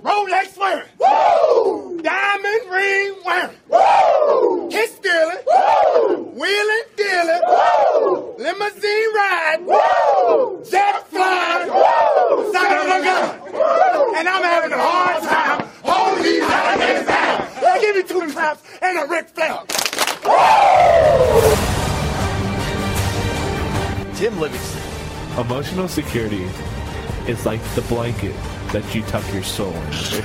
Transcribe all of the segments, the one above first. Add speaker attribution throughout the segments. Speaker 1: Rolex wearing.
Speaker 2: Woo!
Speaker 1: Diamond ring wearing.
Speaker 2: Woo!
Speaker 1: Kiss stealing.
Speaker 2: Woo!
Speaker 1: Wheeling dealing.
Speaker 2: Woo!
Speaker 1: Limousine riding.
Speaker 2: Woo!
Speaker 1: Jet flying.
Speaker 2: Woo!
Speaker 1: Son of a gun. And I'm having a hard time holding these alligators down. Now give me two claps and a Ric Flair.
Speaker 3: Tim Livingston.
Speaker 4: Emotional security is like the blanket that you tuck your soul in.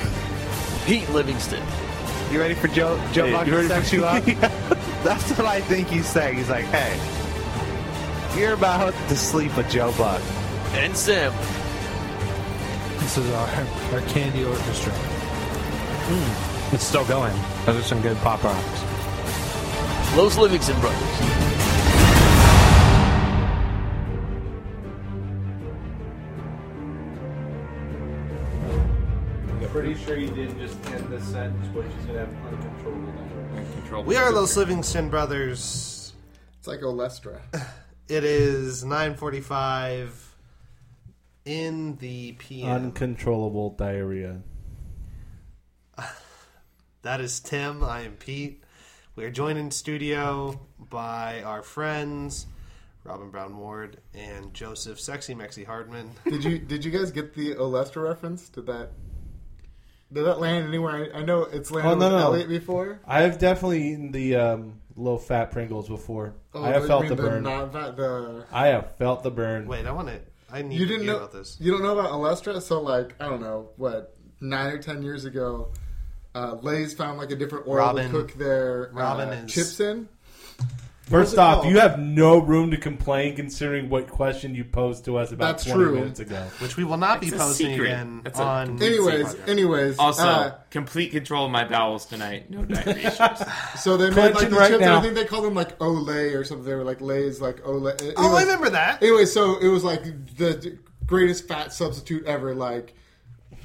Speaker 3: Pete Livingston.
Speaker 5: You ready for Joe? Joe
Speaker 4: Hey,
Speaker 5: Buck
Speaker 4: you
Speaker 5: to
Speaker 4: ready
Speaker 5: sex
Speaker 4: for-
Speaker 5: you up? That's what I think he's saying. He's like, hey, you're about to sleep with Joe Buck.
Speaker 3: And Sim.
Speaker 6: This is our, our candy orchestra.
Speaker 5: It's still going. Those are some good pop rocks.
Speaker 3: Los Livingston Brothers.
Speaker 7: Pretty sure you didn't just end the sentence, but she's gonna have uncontrollable diarrhea.
Speaker 8: We are Los Livingston Brothers.
Speaker 9: It's like Olestra.
Speaker 8: It is 9:45 in the p.m.
Speaker 4: Uncontrollable diarrhea.
Speaker 8: that is Tim. I am Pete. We are joined in studio by our friends Robin Brown Ward and Joseph Sexy Mexi Hardman.
Speaker 9: Did you did you guys get the Olestra reference? Did that did that land anywhere? I, I know it's landed
Speaker 4: Oh, no,
Speaker 9: with
Speaker 4: no.
Speaker 9: Elliot before.
Speaker 4: I've definitely eaten the um, low fat Pringles before.
Speaker 9: Oh,
Speaker 4: I have
Speaker 9: you
Speaker 4: felt
Speaker 9: mean
Speaker 4: the burn.
Speaker 9: Not that the
Speaker 4: I have felt the burn.
Speaker 8: Wait, I want to. I need to
Speaker 9: you didn't
Speaker 8: hear
Speaker 9: know
Speaker 8: about this.
Speaker 9: you don't know about Olestra. So like I don't know what nine or ten years ago, uh, Lay's found like a different oil
Speaker 8: Robin-
Speaker 9: to cook their
Speaker 8: Robin
Speaker 9: uh,
Speaker 8: is-
Speaker 9: chips in. What's
Speaker 4: First
Speaker 9: it
Speaker 4: off,
Speaker 9: called?
Speaker 4: you have no room to complain considering what question you posed to us about
Speaker 9: That's
Speaker 4: 20
Speaker 9: true.
Speaker 4: minutes ago.
Speaker 8: Which we will not be
Speaker 10: It's a
Speaker 8: posting
Speaker 10: secret.
Speaker 8: again
Speaker 10: That's a
Speaker 8: on.
Speaker 10: complete
Speaker 9: Anyways, anyways.
Speaker 10: Also,
Speaker 9: uh,
Speaker 10: complete control of my bowels tonight. No diarrhea issues.
Speaker 9: so they made
Speaker 4: Clenching
Speaker 9: like these
Speaker 4: right
Speaker 9: chips, and
Speaker 4: now.
Speaker 9: I think they called them like Olay or something. They were like Lay's like Olay.
Speaker 8: Oh, I
Speaker 9: Anyways,
Speaker 8: remember that.
Speaker 9: Anyway, so it was like the greatest fat substitute ever. Like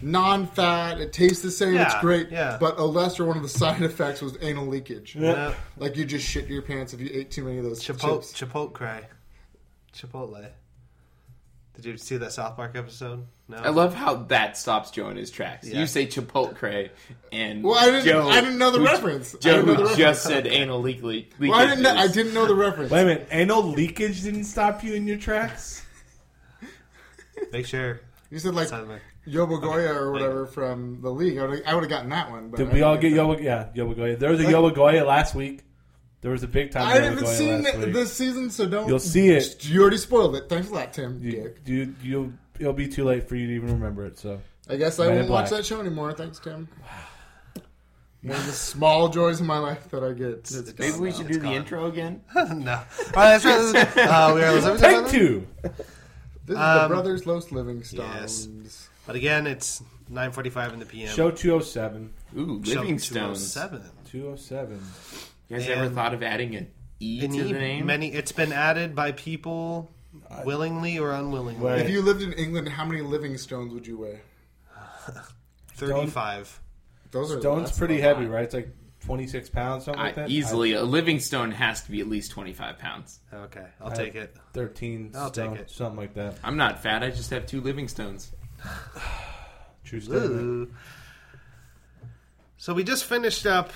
Speaker 9: non-fat, it tastes the same. it's
Speaker 8: Yeah,
Speaker 9: great.
Speaker 8: yeah.
Speaker 9: But a lesser one of the side effects was anal leakage.
Speaker 8: Yeah.
Speaker 9: Like you just shit your pants if you ate too many of those
Speaker 8: Chipotle,
Speaker 9: chips.
Speaker 8: Chipotle, Chipotle. Did you see that South Park episode? No.
Speaker 10: I love how that stops Joe in his tracks.
Speaker 8: Yeah.
Speaker 10: You say Chipotle, and
Speaker 9: Well, I didn't.
Speaker 10: Joe,
Speaker 9: I didn't know the
Speaker 10: who-
Speaker 9: reference. I
Speaker 10: Joe
Speaker 9: didn't know
Speaker 10: who
Speaker 9: the reference.
Speaker 10: just said anal leak leak.
Speaker 9: Well, I didn't. Know, I didn't know the reference.
Speaker 4: Wait a minute. Anal leakage didn't stop you in your tracks?
Speaker 8: Make sure.
Speaker 9: You said like
Speaker 8: Sounds like-
Speaker 9: Yobogoya or whatever from the league. I would. I would have gotten that one. But
Speaker 4: Did
Speaker 9: I
Speaker 4: we all get
Speaker 9: didn't
Speaker 4: Yoba? Yeah, Yoba Goya. There was a
Speaker 9: Like-
Speaker 4: Yoba Goya last week. There was a big time.
Speaker 9: I
Speaker 4: Yoba
Speaker 9: haven't
Speaker 4: Goya
Speaker 9: seen
Speaker 4: last week.
Speaker 9: this season, so don't.
Speaker 4: You'll see it.
Speaker 9: You already spoiled it. Thanks a lot, Tim.
Speaker 4: You,
Speaker 9: Dick.
Speaker 4: you, you, it'll be too late for you to even remember it. So
Speaker 9: I guess I
Speaker 4: Men in
Speaker 9: won't watch
Speaker 4: Black.
Speaker 9: that show anymore. Thanks, Tim. One of the small joys in my life that I get. It's
Speaker 10: Maybe
Speaker 9: gone
Speaker 10: we
Speaker 9: now.
Speaker 10: should do the intro again.
Speaker 8: no. All right, that's right. This is good. Uh, we are Los Angeles
Speaker 4: take
Speaker 8: Brothers.
Speaker 4: two.
Speaker 9: This is the
Speaker 8: Um,
Speaker 9: Brothers Los Livingstones.
Speaker 8: But again, it's 9:45 in the p.m.
Speaker 4: Show two hundred seven.
Speaker 10: Ooh,
Speaker 8: Show
Speaker 10: Living Stones.
Speaker 8: 207.
Speaker 4: Two hundred seven.
Speaker 10: You guys ever
Speaker 8: And-
Speaker 10: thought of adding an E to the
Speaker 8: Any,
Speaker 10: name?
Speaker 8: many. It's been added by people willingly or unwillingly.
Speaker 4: Right.
Speaker 9: If you lived in England, how many Livingstones would you weigh?
Speaker 8: 35.
Speaker 9: Those are
Speaker 4: Stone's
Speaker 9: that's
Speaker 4: pretty
Speaker 9: a
Speaker 4: heavy, right? It's like twenty six pounds, something like
Speaker 10: I,
Speaker 4: that.
Speaker 10: easily, a Livingstone has to be at least twenty-five pounds.
Speaker 8: Okay, I'll take it.
Speaker 4: I- thirteen.
Speaker 8: I'll take
Speaker 4: stone,
Speaker 8: it.
Speaker 4: Something like that.
Speaker 10: I'm not fat. I just have two Livingstones.
Speaker 4: True statement.
Speaker 8: So we just finished up.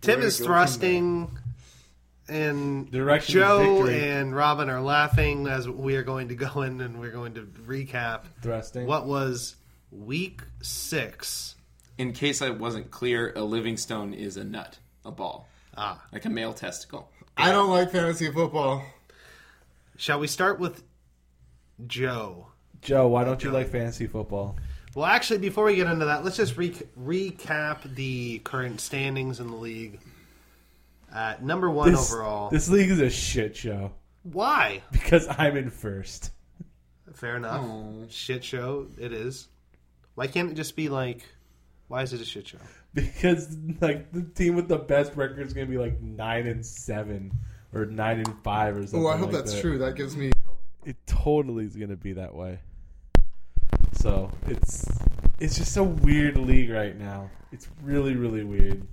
Speaker 8: Tim is thrusting, and
Speaker 4: Direction of
Speaker 8: Joe
Speaker 4: victory.
Speaker 8: and Robin are laughing as we are going to go in and we're going to recap
Speaker 4: Thrusting.
Speaker 8: what was week six.
Speaker 10: In case I wasn't clear, a Livingstone is a nut, a ball,
Speaker 8: Ah,
Speaker 10: like a male testicle.
Speaker 9: I don't like fantasy football.
Speaker 8: shall we start with Joe?
Speaker 4: Joe, why don't you like fantasy football?
Speaker 8: Well, actually, before we get into that, let's just re- recap the current standings in the league. At number one
Speaker 4: This-
Speaker 8: overall,
Speaker 4: This league is a shit show
Speaker 8: why?
Speaker 4: because I'm in first.
Speaker 8: Fair enough.
Speaker 4: Oh.
Speaker 8: Shit show it is. Why can't it just be like? Why is it a shit show?
Speaker 4: Because like the team with the best record is gonna be like nine and seven or nine and five or something.
Speaker 9: Oh, I hope
Speaker 4: like
Speaker 9: that's
Speaker 4: that.
Speaker 9: true. That gives me.
Speaker 4: It totally is gonna be that way. So it's it's just a weird league right now. It's really really weird.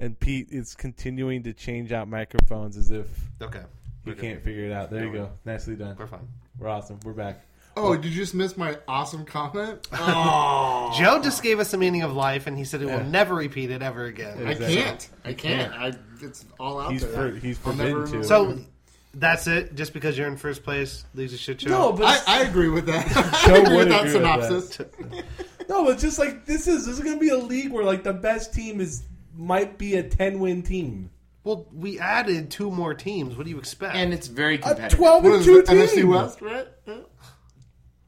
Speaker 4: And Pete is continuing to change out microphones as if
Speaker 8: Okay,
Speaker 4: he can't figure it out. There you go. Nicely done.
Speaker 8: we're fine.
Speaker 4: We're awesome. We're back.
Speaker 9: Oh, did you just miss my awesome comment? Oh,
Speaker 8: Joe just gave us the meaning of life, and he said he will never repeat it ever again.
Speaker 9: I can't. I can't. I, it's all out
Speaker 4: He's
Speaker 9: there.
Speaker 4: for- he's
Speaker 9: I'll
Speaker 4: forbidden
Speaker 9: never
Speaker 4: to.
Speaker 9: remember.
Speaker 8: So that's it. Just because you're in first place, leaves a shit show.
Speaker 4: No, but-
Speaker 9: I, I agree with that.
Speaker 4: Joe
Speaker 9: I agree
Speaker 4: would
Speaker 9: with that
Speaker 4: agree with that.
Speaker 9: synopsis.
Speaker 4: No, but just like this is this is gonna be a league where like the best team is might be a ten win team.
Speaker 8: well, we added two more teams. What do you expect?
Speaker 10: and it's very
Speaker 4: A
Speaker 10: competitive.
Speaker 4: twelve
Speaker 9: What
Speaker 4: and
Speaker 9: is
Speaker 4: two
Speaker 9: it,
Speaker 4: team.
Speaker 9: NFC West, right? Yeah.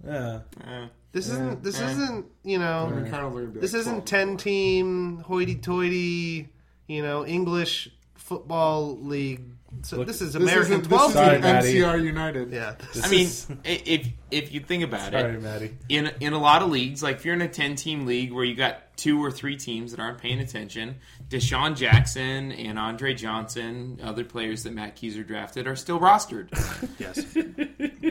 Speaker 4: Yeah.
Speaker 10: Eh.
Speaker 8: this isn't. This isn't. You
Speaker 9: I mean,
Speaker 8: know.
Speaker 9: Cardinals are gonna be
Speaker 8: This
Speaker 9: like
Speaker 8: isn't
Speaker 9: 12.
Speaker 8: ten team hoity-toity. You know, English football league. So this is
Speaker 9: This
Speaker 8: American
Speaker 9: isn't- this
Speaker 8: twelve.
Speaker 9: isn't
Speaker 4: Sorry, Matty.
Speaker 9: MCR United.
Speaker 8: yeah.
Speaker 10: I mean, i- if if you think about
Speaker 4: Sorry,
Speaker 10: it,
Speaker 4: Maddie.
Speaker 10: in in a lot of leagues, like if you're in a ten team league where you got two or three teams that aren't paying attention, Deshaun Jackson and Andre Johnson, other players that Matt Keyser drafted, are still rostered.
Speaker 8: Yes.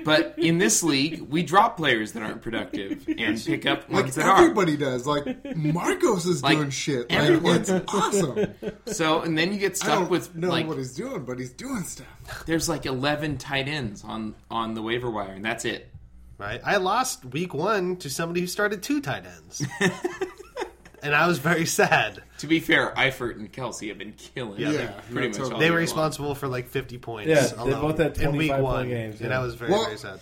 Speaker 10: But in this league, we drop players that aren't productive and pick up
Speaker 9: Like
Speaker 10: ones that are.
Speaker 9: everybody does. Like Marcos is
Speaker 10: Like,
Speaker 9: doing shit. Like
Speaker 10: everyone's-
Speaker 9: it's awesome.
Speaker 10: So and then you get
Speaker 9: I don't
Speaker 10: stuck with
Speaker 9: know
Speaker 10: like
Speaker 9: what he's doing, but he's doing stuff.
Speaker 10: there's like eleven tight ends on on the waiver wire, and that's it.
Speaker 8: Right. I lost week one to somebody who started two tight ends. and I was very sad.
Speaker 10: To be fair, Eifert and Kelsey have been killing.
Speaker 9: Yeah,
Speaker 10: it
Speaker 9: yeah,
Speaker 10: pretty much.
Speaker 9: totally.
Speaker 10: all
Speaker 8: They
Speaker 10: year
Speaker 8: were
Speaker 10: long.
Speaker 8: responsible for like 50 points.
Speaker 4: Oh, Yeah, they
Speaker 8: alone
Speaker 4: both had
Speaker 8: in week
Speaker 4: 25
Speaker 8: one,
Speaker 4: point games,
Speaker 8: And
Speaker 4: yeah.
Speaker 8: I was very,
Speaker 9: Well,
Speaker 8: very sad.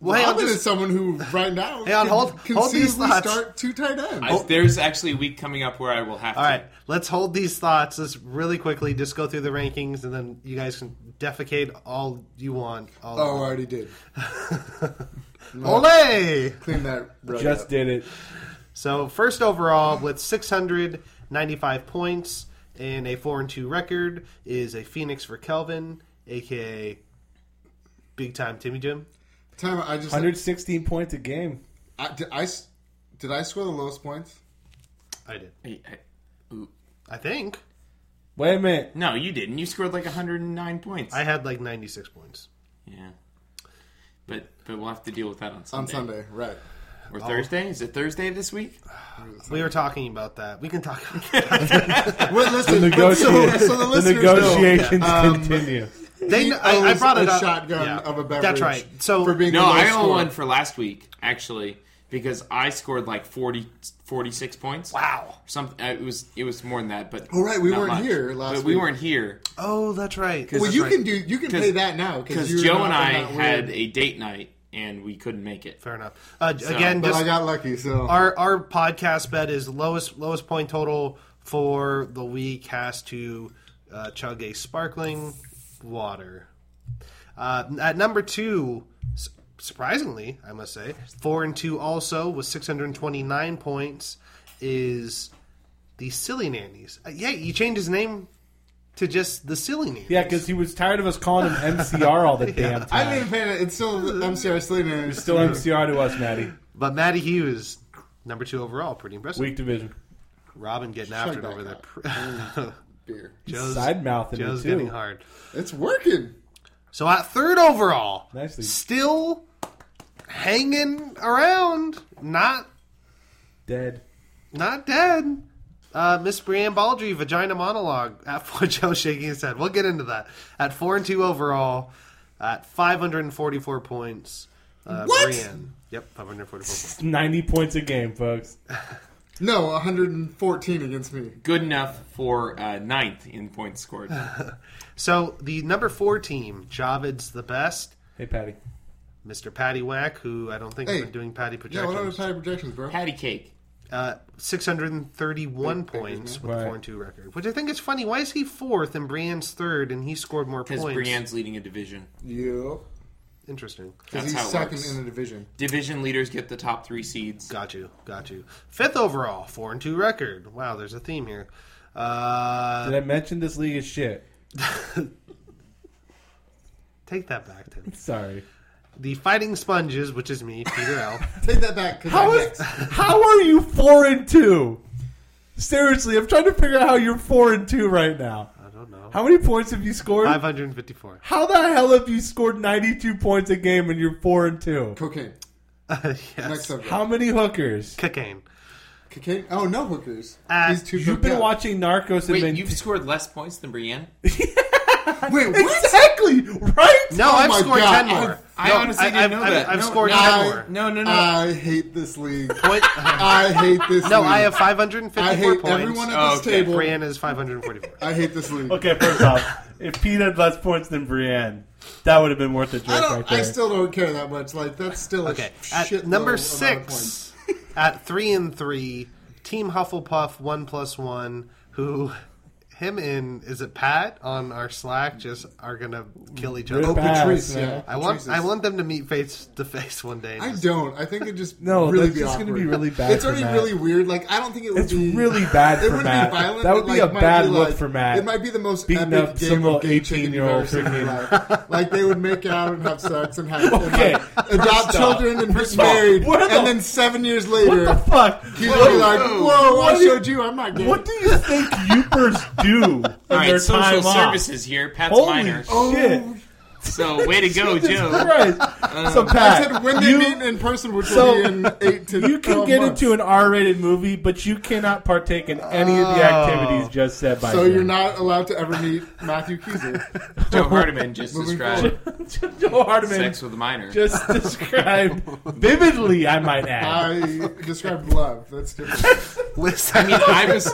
Speaker 8: Well, hey, I'll
Speaker 9: Robin is
Speaker 8: just,
Speaker 9: someone who right now
Speaker 8: Hey, on,
Speaker 9: can
Speaker 8: hold- hold these
Speaker 9: conceivably
Speaker 8: thoughts.
Speaker 9: start two tight ends.
Speaker 10: I, there's actually a week coming up where I will have
Speaker 8: all
Speaker 10: to.
Speaker 8: right, let's hold these thoughts. Let's really quickly just go through the rankings, and then you guys can defecate all you want. All
Speaker 9: oh, I already did.
Speaker 8: Ole!
Speaker 9: Clean that. rug
Speaker 4: Just
Speaker 9: up.
Speaker 4: did it.
Speaker 8: So first overall with 695 points and a four and two record is a Phoenix for Kelvin, aka Big Time Timmy Jim.
Speaker 9: Time. out, I just.
Speaker 4: Hundred sixteen points a game.
Speaker 9: I, did I s- did I score the lowest points?
Speaker 8: I did.
Speaker 10: I- I- ooh.
Speaker 8: I think
Speaker 4: Wait a minute.
Speaker 10: no, you didn't. You scored like 109 points.
Speaker 8: I had like 96 points.
Speaker 10: yeah, but but we'll have to deal with that on Sunday.
Speaker 9: On Sunday, right.
Speaker 10: or
Speaker 8: Oh.
Speaker 10: Thursday. Is it Thursday this week?
Speaker 8: We were talking about that. We can talk. About that.
Speaker 9: Well, listen, but
Speaker 4: Negotiate-
Speaker 9: so, so the
Speaker 4: the
Speaker 9: listeners know
Speaker 4: negotiations continue.
Speaker 8: They,
Speaker 9: he
Speaker 8: I, I
Speaker 9: owns
Speaker 8: brought
Speaker 9: a
Speaker 8: it up.
Speaker 9: shotgun
Speaker 8: Yeah.
Speaker 9: of a beverage.
Speaker 8: That's right. So
Speaker 9: for being
Speaker 10: No,
Speaker 9: the
Speaker 10: I
Speaker 9: lowest
Speaker 10: owe
Speaker 9: scorer.
Speaker 10: one for last week actually because I scored like 40 46 points.
Speaker 8: wow.
Speaker 10: Some uh, it was it was more than that, but
Speaker 9: Oh, right, we
Speaker 10: not
Speaker 9: weren't
Speaker 10: much.
Speaker 9: here last
Speaker 10: But we
Speaker 9: week.
Speaker 10: weren't here
Speaker 8: Oh, that's right.
Speaker 9: Well,
Speaker 8: That's
Speaker 9: you
Speaker 8: right.
Speaker 9: can do. You can pay
Speaker 10: 'Cause-
Speaker 9: that now
Speaker 10: because
Speaker 9: because
Speaker 10: Joe and I had a date night and we couldn't make it.
Speaker 8: Fair enough. Uh, again,
Speaker 9: But
Speaker 8: just
Speaker 9: I got lucky, so
Speaker 8: our our podcast bet is lowest lowest point total for the week has to uh, chug a sparkling water. Uh, at number two, su- surprisingly, I must say, four and two also with six hundred twenty nine points is the silly nannies. Uh, yeah, you changed his name to just the silly nannies.
Speaker 4: Yeah, because he was tired of us calling him MCR all the damn
Speaker 9: I
Speaker 4: time.
Speaker 9: didn't even pay it. It's still the MCR Slater. It's
Speaker 4: Still MCR to us, Maddie.
Speaker 8: but Matty Hughes, number two overall, pretty impressive.
Speaker 4: Weak division.
Speaker 8: Robin getting after it
Speaker 9: back
Speaker 8: over there.
Speaker 9: up.
Speaker 8: Pr- Joe's,
Speaker 4: Side mouthing it
Speaker 8: Joe's
Speaker 4: too.
Speaker 8: getting hard.
Speaker 9: It's working.
Speaker 8: So at third overall,
Speaker 4: Nicely.
Speaker 8: still hanging around, not
Speaker 4: Dead.
Speaker 8: not dead. Uh, Miss Brianne Baldry, vagina monologue at four. Joe shaking his head. We'll get into that. At four and two overall, at five hundred and forty-four points. Uh,
Speaker 9: What?
Speaker 8: Brianne. Yep, five hundred forty-four points.
Speaker 4: Ninety points a game, folks.
Speaker 9: No, 114 against me.
Speaker 10: Good enough for uh, ninth in points scored.
Speaker 8: So the number four team, Javid's the best.
Speaker 4: Hey, Patty.
Speaker 8: Mr. Patty Whack, who I don't think
Speaker 9: Hey.
Speaker 8: has been doing Patty
Speaker 9: Yeah, what are
Speaker 8: projections.
Speaker 9: the projections, bro?
Speaker 10: Patty cake.
Speaker 8: uh, 631 points with a
Speaker 4: Right.
Speaker 8: 4 and 2 record, which I think is funny. Why is he fourth and Brienne's third and he scored more
Speaker 10: Because
Speaker 8: points?
Speaker 10: Brienne's leading a division.
Speaker 9: Yeah,
Speaker 8: Interesting.
Speaker 9: because
Speaker 10: That's how
Speaker 9: he's
Speaker 10: it
Speaker 9: second
Speaker 10: works.
Speaker 9: in the division.
Speaker 10: Division leaders get the top three seeds.
Speaker 8: Got you. Got you. Fifth overall, 4 and 2 record. Wow, there's a theme here. Uh,
Speaker 4: Did I mention this league is shit?
Speaker 8: take that back, Tim.
Speaker 4: Sorry.
Speaker 8: The Fighting Sponges, which is me, Peter L.
Speaker 9: Take that back. 'cause
Speaker 4: How
Speaker 9: I
Speaker 4: is? How are you four and two? Seriously, I'm trying to figure out how you're four and two right now.
Speaker 8: I don't know.
Speaker 4: How many points have you scored?
Speaker 8: 554.
Speaker 4: How the hell have you scored 92 points a game and you're four and two?
Speaker 9: cocaine. Next
Speaker 8: yes.
Speaker 9: subject.
Speaker 4: How many hookers?
Speaker 8: Cocaine.
Speaker 9: Cocaine? Oh no, hookers.
Speaker 8: Uh,
Speaker 9: he's too.
Speaker 4: You've
Speaker 9: coked
Speaker 4: been
Speaker 9: up.
Speaker 4: watching Narcos and
Speaker 10: Wait,
Speaker 4: been
Speaker 10: you've scored less points than Brienne?
Speaker 9: Wait, Oh Exactly, right?
Speaker 8: No, I've scored 10 more.
Speaker 9: I,
Speaker 8: I No,
Speaker 9: honestly
Speaker 8: honestly I-
Speaker 9: didn't
Speaker 8: didn't I've-
Speaker 9: know
Speaker 8: know I've-
Speaker 9: that.
Speaker 8: that. I've No, scored no, 10 more.
Speaker 9: No,
Speaker 8: no, no.
Speaker 9: I hate this league. I hate this
Speaker 8: No,
Speaker 9: league.
Speaker 8: I have 554
Speaker 9: I hate
Speaker 8: points.
Speaker 9: everyone at this table.
Speaker 8: Brienne is 544.
Speaker 9: I hate this league.
Speaker 4: Okay, first off, if Pete had less points than Brienne, that would have been worth a
Speaker 9: I
Speaker 4: drink
Speaker 9: don't.
Speaker 4: right there.
Speaker 9: I still don't care that much. Like that's still
Speaker 8: Okay,
Speaker 9: A sh-
Speaker 8: at
Speaker 9: shitload
Speaker 8: number
Speaker 9: amount of points.
Speaker 8: six, at three and three, Team Hufflepuff one plus one. Who him and is it Pat on our Slack just are gonna kill each other.
Speaker 4: Rip ass,
Speaker 9: Patrice, yeah.
Speaker 8: I want
Speaker 9: Patrice
Speaker 8: I
Speaker 9: is-
Speaker 8: want them to meet face to face one day.
Speaker 9: I
Speaker 8: Just-
Speaker 9: don't. I think it just
Speaker 4: No,
Speaker 9: Really
Speaker 4: that's
Speaker 9: be
Speaker 4: just gonna
Speaker 9: awkward.
Speaker 4: be really bad
Speaker 9: It's
Speaker 4: for
Speaker 9: already
Speaker 4: Matt.
Speaker 9: really weird. Like I don't think it would
Speaker 4: It's
Speaker 9: be.
Speaker 4: really bad
Speaker 9: It
Speaker 4: for
Speaker 9: would
Speaker 4: Matt.
Speaker 9: be violent.
Speaker 4: That would
Speaker 9: but,
Speaker 4: be
Speaker 9: like,
Speaker 4: a
Speaker 9: might
Speaker 4: bad
Speaker 9: be,
Speaker 4: look
Speaker 9: like-
Speaker 4: for Matt.
Speaker 9: It might be the most
Speaker 4: Beating
Speaker 9: epic
Speaker 4: up
Speaker 9: game
Speaker 4: some little
Speaker 9: of gay chicken
Speaker 4: 18-year-old
Speaker 9: you've ever seen in your
Speaker 4: freaking-
Speaker 9: life. like they would make out and have sex and have and,
Speaker 4: Okay,
Speaker 9: like, adopt
Speaker 4: first off-
Speaker 9: children and get
Speaker 4: off,
Speaker 9: married,
Speaker 4: what the-
Speaker 9: and then seven years
Speaker 4: what
Speaker 9: later,
Speaker 4: the fuck?
Speaker 9: he'd be like, "Whoa,
Speaker 4: What
Speaker 9: I
Speaker 4: do you-
Speaker 9: showed you. I'm not gay."
Speaker 4: What do you think youpers do in
Speaker 10: All right,
Speaker 4: their
Speaker 10: social
Speaker 4: time
Speaker 10: services here.
Speaker 4: off?
Speaker 10: Pat's
Speaker 4: Holy
Speaker 10: minor.
Speaker 4: shit!
Speaker 10: So way to go,
Speaker 4: Jesus
Speaker 10: Joe.
Speaker 4: Christ. so
Speaker 9: Oh. Uh, I
Speaker 4: Pat,
Speaker 9: said when they
Speaker 4: you,
Speaker 9: meet in person, which
Speaker 4: So,
Speaker 9: will be in eight to
Speaker 4: you can
Speaker 9: 12
Speaker 4: get
Speaker 9: months.
Speaker 4: into an R-rated movie, but you cannot partake in any of the activities just said by
Speaker 9: Oh. So
Speaker 4: him.
Speaker 9: you're not allowed to ever meet Matthew Kieser.
Speaker 10: Joe Hardiman just
Speaker 9: Moving
Speaker 10: described
Speaker 4: Joe Hardiman
Speaker 10: sex with a minor.
Speaker 4: just described vividly, I might add.
Speaker 9: I described love. That's different.
Speaker 10: I mean, I was,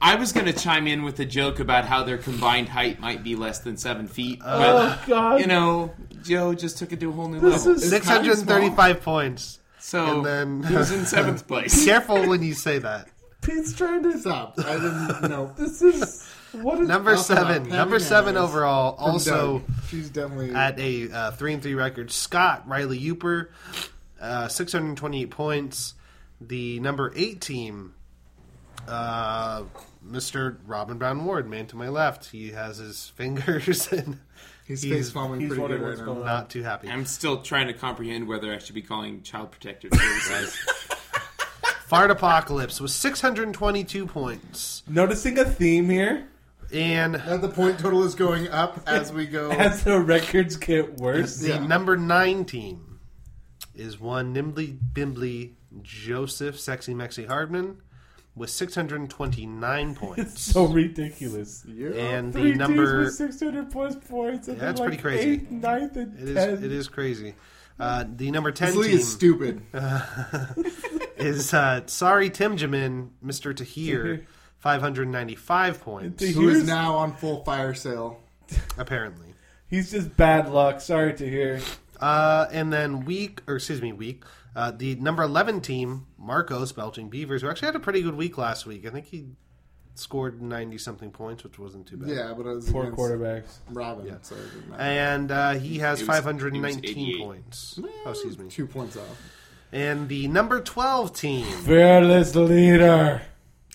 Speaker 10: I was gonna chime in with a joke about how their combined height might be less than seven feet,
Speaker 4: Oh
Speaker 10: but
Speaker 4: God!
Speaker 10: you know, Joe just took it to a whole new
Speaker 4: This
Speaker 10: level.
Speaker 4: is-
Speaker 8: 635 points.
Speaker 10: so
Speaker 8: and
Speaker 10: he
Speaker 8: then-
Speaker 10: was in seventh place.
Speaker 8: Careful when you say that.
Speaker 4: Pete's trying to.
Speaker 9: Stop. I didn't know.
Speaker 4: This is what is
Speaker 8: Number
Speaker 9: Also not
Speaker 8: seven.
Speaker 9: Patty
Speaker 8: Number seven
Speaker 9: Maris
Speaker 8: overall.
Speaker 9: From
Speaker 8: Also
Speaker 9: Doug. she's definitely
Speaker 8: at a uh, three and three record. Scott Riley Uper, uh, six hundred twenty eight points. The number eight team, uh, Mister Robin Brown Ward, man to my left. He has his fingers and
Speaker 9: he's,
Speaker 8: he's-
Speaker 9: face palming
Speaker 4: he's
Speaker 9: pretty good
Speaker 4: wondering
Speaker 9: right
Speaker 4: what's
Speaker 9: now.
Speaker 4: going on.
Speaker 8: not too happy.
Speaker 10: I'm still trying to comprehend whether I should be calling child protective services.
Speaker 8: Fart Apocalypse with six hundred twenty two points,
Speaker 4: Noticing a theme here
Speaker 8: and
Speaker 9: Now the point total is going up as we go.
Speaker 4: as the records get worse.
Speaker 8: the
Speaker 9: Yeah.
Speaker 8: number nine team is one Nimbly Bimbly Joseph Sexy Mexi Hardman with six hundred twenty nine points.
Speaker 4: So ridiculous.
Speaker 8: and the
Speaker 4: Three
Speaker 8: number
Speaker 4: dudes with 600 plus points. And
Speaker 8: Yeah, that's
Speaker 4: then,
Speaker 8: pretty
Speaker 4: like
Speaker 8: crazy.
Speaker 4: Eighth, ninth, and
Speaker 8: it is
Speaker 4: tenth.
Speaker 8: it is crazy. Uh, the number ten
Speaker 9: this league
Speaker 8: team
Speaker 9: is
Speaker 8: is,
Speaker 9: stupid.
Speaker 8: uh, sorry Timjamin, Mister Tahir, five hundred ninety five points
Speaker 4: Tahir-
Speaker 9: Who is
Speaker 4: Here's-
Speaker 9: now on full fire sale?
Speaker 8: apparently.
Speaker 4: He's just bad luck. Sorry to hear.
Speaker 8: Uh, and then week or excuse me week. Uh, the number eleven team, Marcos Belching Beavers, who actually had a pretty good week last week. I think he scored ninety something points, which wasn't too bad.
Speaker 9: Yeah, but it was
Speaker 4: Poor
Speaker 9: against
Speaker 4: quarterbacks.
Speaker 9: Robin, so it didn't matter.
Speaker 8: And uh, he has
Speaker 10: It was- it was
Speaker 8: five hundred nineteen
Speaker 10: 88.
Speaker 8: points. Oh, excuse me.
Speaker 9: two points off.
Speaker 8: And the number twelve team,
Speaker 4: Fearless leader.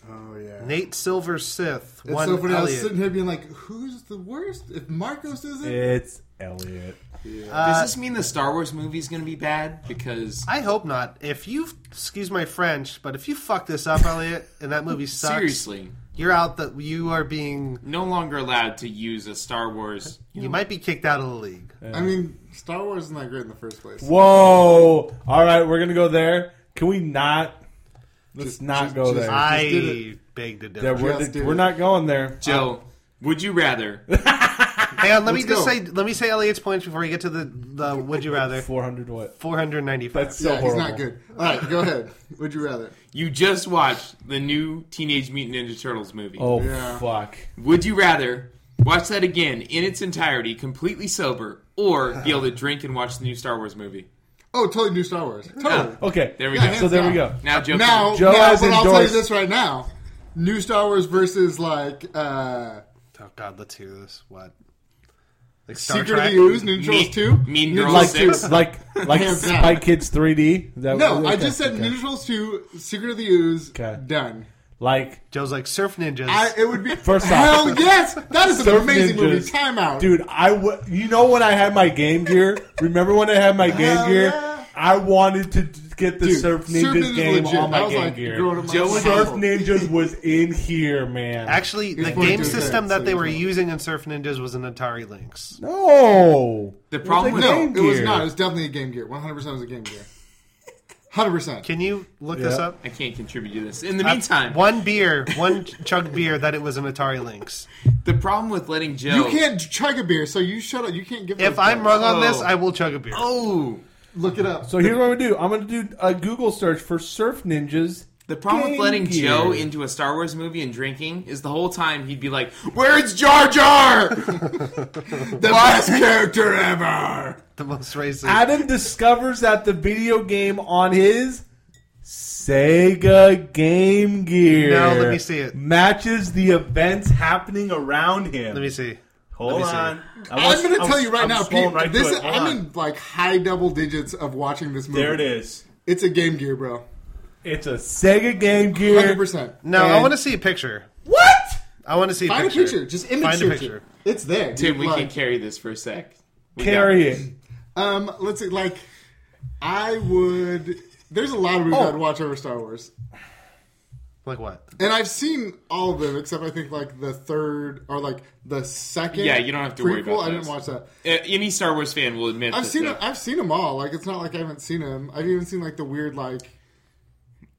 Speaker 9: Oh yeah.
Speaker 8: Nate Silver Sith.
Speaker 9: it's
Speaker 8: one
Speaker 9: so funny. I was
Speaker 8: Elliott.
Speaker 9: sitting here being like, "Who's the worst? If Marcos isn't,
Speaker 4: It's Elliot.
Speaker 10: Does this mean the Star Wars movie is gonna be bad? Because
Speaker 8: I hope not. If you excuse my French, but if you fuck this up, Elliot, and that movie sucks,
Speaker 10: seriously,
Speaker 8: you're out. That you are being.
Speaker 10: no longer allowed to use a Star Wars.
Speaker 8: You might be kicked out of the league.
Speaker 9: I mean, Star Wars isn't that great in the first place.
Speaker 4: Whoa! All right, we're gonna go there. Can we not? Let's
Speaker 9: Just-
Speaker 4: not
Speaker 9: just-
Speaker 4: go
Speaker 9: just-
Speaker 4: there.
Speaker 8: I beg to
Speaker 4: Yeah,
Speaker 8: differ.
Speaker 4: we're,
Speaker 9: Just do
Speaker 4: we're
Speaker 9: it.
Speaker 4: not going there.
Speaker 10: Joe, would you rather?
Speaker 8: Hang on, let me
Speaker 9: Let's
Speaker 8: just
Speaker 9: go.
Speaker 8: say. Let me say Elliot's points before we get to the the. Would you rather?
Speaker 4: Four hundred what?
Speaker 8: Four hundred ninety-five.
Speaker 4: That's so
Speaker 9: yeah, he's
Speaker 4: horrible.
Speaker 9: not good. All right, go ahead. Would you rather?
Speaker 10: You just watched the new Teenage Mutant Ninja Turtles movie.
Speaker 4: Oh
Speaker 9: Yeah.
Speaker 4: fuck!
Speaker 10: Would you rather watch that again in its entirety, completely sober, or be able to drink and watch the new Star Wars movie?
Speaker 9: Oh, totally new Star Wars. Totally.
Speaker 4: Okay,
Speaker 10: There we
Speaker 9: Yeah,
Speaker 10: go.
Speaker 4: so there we go.
Speaker 9: hands
Speaker 10: Now, Joe,
Speaker 9: Now,
Speaker 4: Joe
Speaker 9: now
Speaker 4: has
Speaker 9: but I'll tell you
Speaker 4: endorsed-
Speaker 9: this right now: new Star Wars versus like uh,
Speaker 8: Oh God, let's hear this. What? Like Star
Speaker 9: Secret
Speaker 8: Trek?
Speaker 9: of the Ooze, Ninja Turtles two,
Speaker 10: Mean
Speaker 9: Ninja
Speaker 10: Girls
Speaker 9: Turtles
Speaker 10: six.
Speaker 9: two.
Speaker 4: Like like
Speaker 9: Hands down.
Speaker 4: Spy Kids 3D. Is that
Speaker 9: No,
Speaker 4: what-
Speaker 9: I
Speaker 4: Oh, okay,
Speaker 9: just said
Speaker 4: okay.
Speaker 9: Ninja Turtles two, Secret of the Ooze,
Speaker 4: Okay.
Speaker 9: done.
Speaker 4: Like,
Speaker 8: Joe's like surf ninjas.
Speaker 9: I, it would be
Speaker 4: First off-
Speaker 9: hell yes, that is an
Speaker 4: Surf
Speaker 9: amazing movie.
Speaker 4: Ninjas.
Speaker 9: Timeout,
Speaker 4: dude, I would. You know when I had my Game Gear? Remember when I had my Game
Speaker 9: Hell
Speaker 4: Gear?
Speaker 9: yeah.
Speaker 4: I wanted to d- get the
Speaker 9: Dude,
Speaker 4: Surf Ninjas
Speaker 9: Ninja's
Speaker 4: game
Speaker 9: legit.
Speaker 4: on my
Speaker 9: That was
Speaker 4: Game
Speaker 9: like
Speaker 4: Gear.
Speaker 9: growing up my
Speaker 10: Joe
Speaker 9: high
Speaker 10: was
Speaker 4: Surf
Speaker 9: school.
Speaker 4: Ninjas was in here, man.
Speaker 8: Actually, the
Speaker 9: pointing
Speaker 8: game
Speaker 9: to his
Speaker 8: system
Speaker 9: head, so
Speaker 8: that they
Speaker 9: he's
Speaker 8: were
Speaker 9: not-
Speaker 8: using in Surf Ninjas was an Atari Lynx.
Speaker 4: no.
Speaker 10: The problem
Speaker 4: It was
Speaker 10: with
Speaker 4: a
Speaker 9: No,
Speaker 4: Game
Speaker 9: it was
Speaker 4: Gear.
Speaker 9: not. It was definitely a Game Gear. One hundred percent was a Game Gear. Hundred percent.
Speaker 8: Can you look this
Speaker 9: Yeah.
Speaker 8: up?
Speaker 10: I can't contribute to this. In the
Speaker 8: Uh,
Speaker 10: meantime,
Speaker 8: one beer, one chug beer that it was an Atari Lynx.
Speaker 10: The problem with letting Joe.
Speaker 9: You can't chug a beer, so you shut up. You can't give.
Speaker 8: If
Speaker 9: those
Speaker 8: I'm
Speaker 9: fucks.
Speaker 8: wrong on this, I will chug a beer.
Speaker 10: Oh,
Speaker 9: look it up.
Speaker 4: So here's what I'm gonna do. I'm gonna do a Google search for surf ninjas.
Speaker 10: The problem with
Speaker 4: Game
Speaker 10: letting
Speaker 4: Gear.
Speaker 10: Joe into a Star Wars movie and drinking is the whole time he'd be like, "Where's Jar Jar?
Speaker 9: the best character ever."
Speaker 8: The most racist.
Speaker 4: Adam discovers that the video game on his Sega Game Gear.
Speaker 8: No, let me see it.
Speaker 4: Matches the events happening around him.
Speaker 8: Let me see.
Speaker 4: Hold
Speaker 8: let me see.
Speaker 4: on. I
Speaker 9: I'm
Speaker 4: was-
Speaker 9: going to
Speaker 4: I was-
Speaker 9: tell you right
Speaker 4: I'm
Speaker 9: now,
Speaker 4: scrolling
Speaker 9: Pete.
Speaker 4: right to
Speaker 9: this
Speaker 4: it. Hold
Speaker 9: I'm
Speaker 4: on.
Speaker 9: in like high double digits of watching this movie.
Speaker 4: There it is.
Speaker 9: It's a Game Gear, bro.
Speaker 4: It's a Sega Game
Speaker 9: Hundred
Speaker 4: Gear.
Speaker 9: percent.
Speaker 8: No, I want to see a picture.
Speaker 4: What?
Speaker 8: I want to see a
Speaker 9: Find a
Speaker 8: picture.
Speaker 9: picture. Just image
Speaker 8: Find a
Speaker 9: search it.
Speaker 8: picture.
Speaker 9: It's there.
Speaker 10: Dude,
Speaker 9: Dude,
Speaker 10: we can
Speaker 9: like,
Speaker 10: carry this for a sec. We got
Speaker 4: Carry
Speaker 10: this.
Speaker 4: it.
Speaker 9: um, let's see. Like, I would. There's a lot of movies
Speaker 4: Oh.
Speaker 9: I'd watch over Star Wars,
Speaker 8: Like what?
Speaker 9: and I've seen all of them except I think like the third or like the second.
Speaker 10: Yeah, you don't have to
Speaker 9: prequel.
Speaker 10: worry about
Speaker 9: I didn't
Speaker 10: those.
Speaker 9: watch that.
Speaker 10: Uh, any Star Wars fan will admit.
Speaker 9: I've
Speaker 10: that
Speaker 9: seen
Speaker 10: the-
Speaker 9: them. I've seen them all. Like, it's not like I haven't seen them. I've even seen like the weird like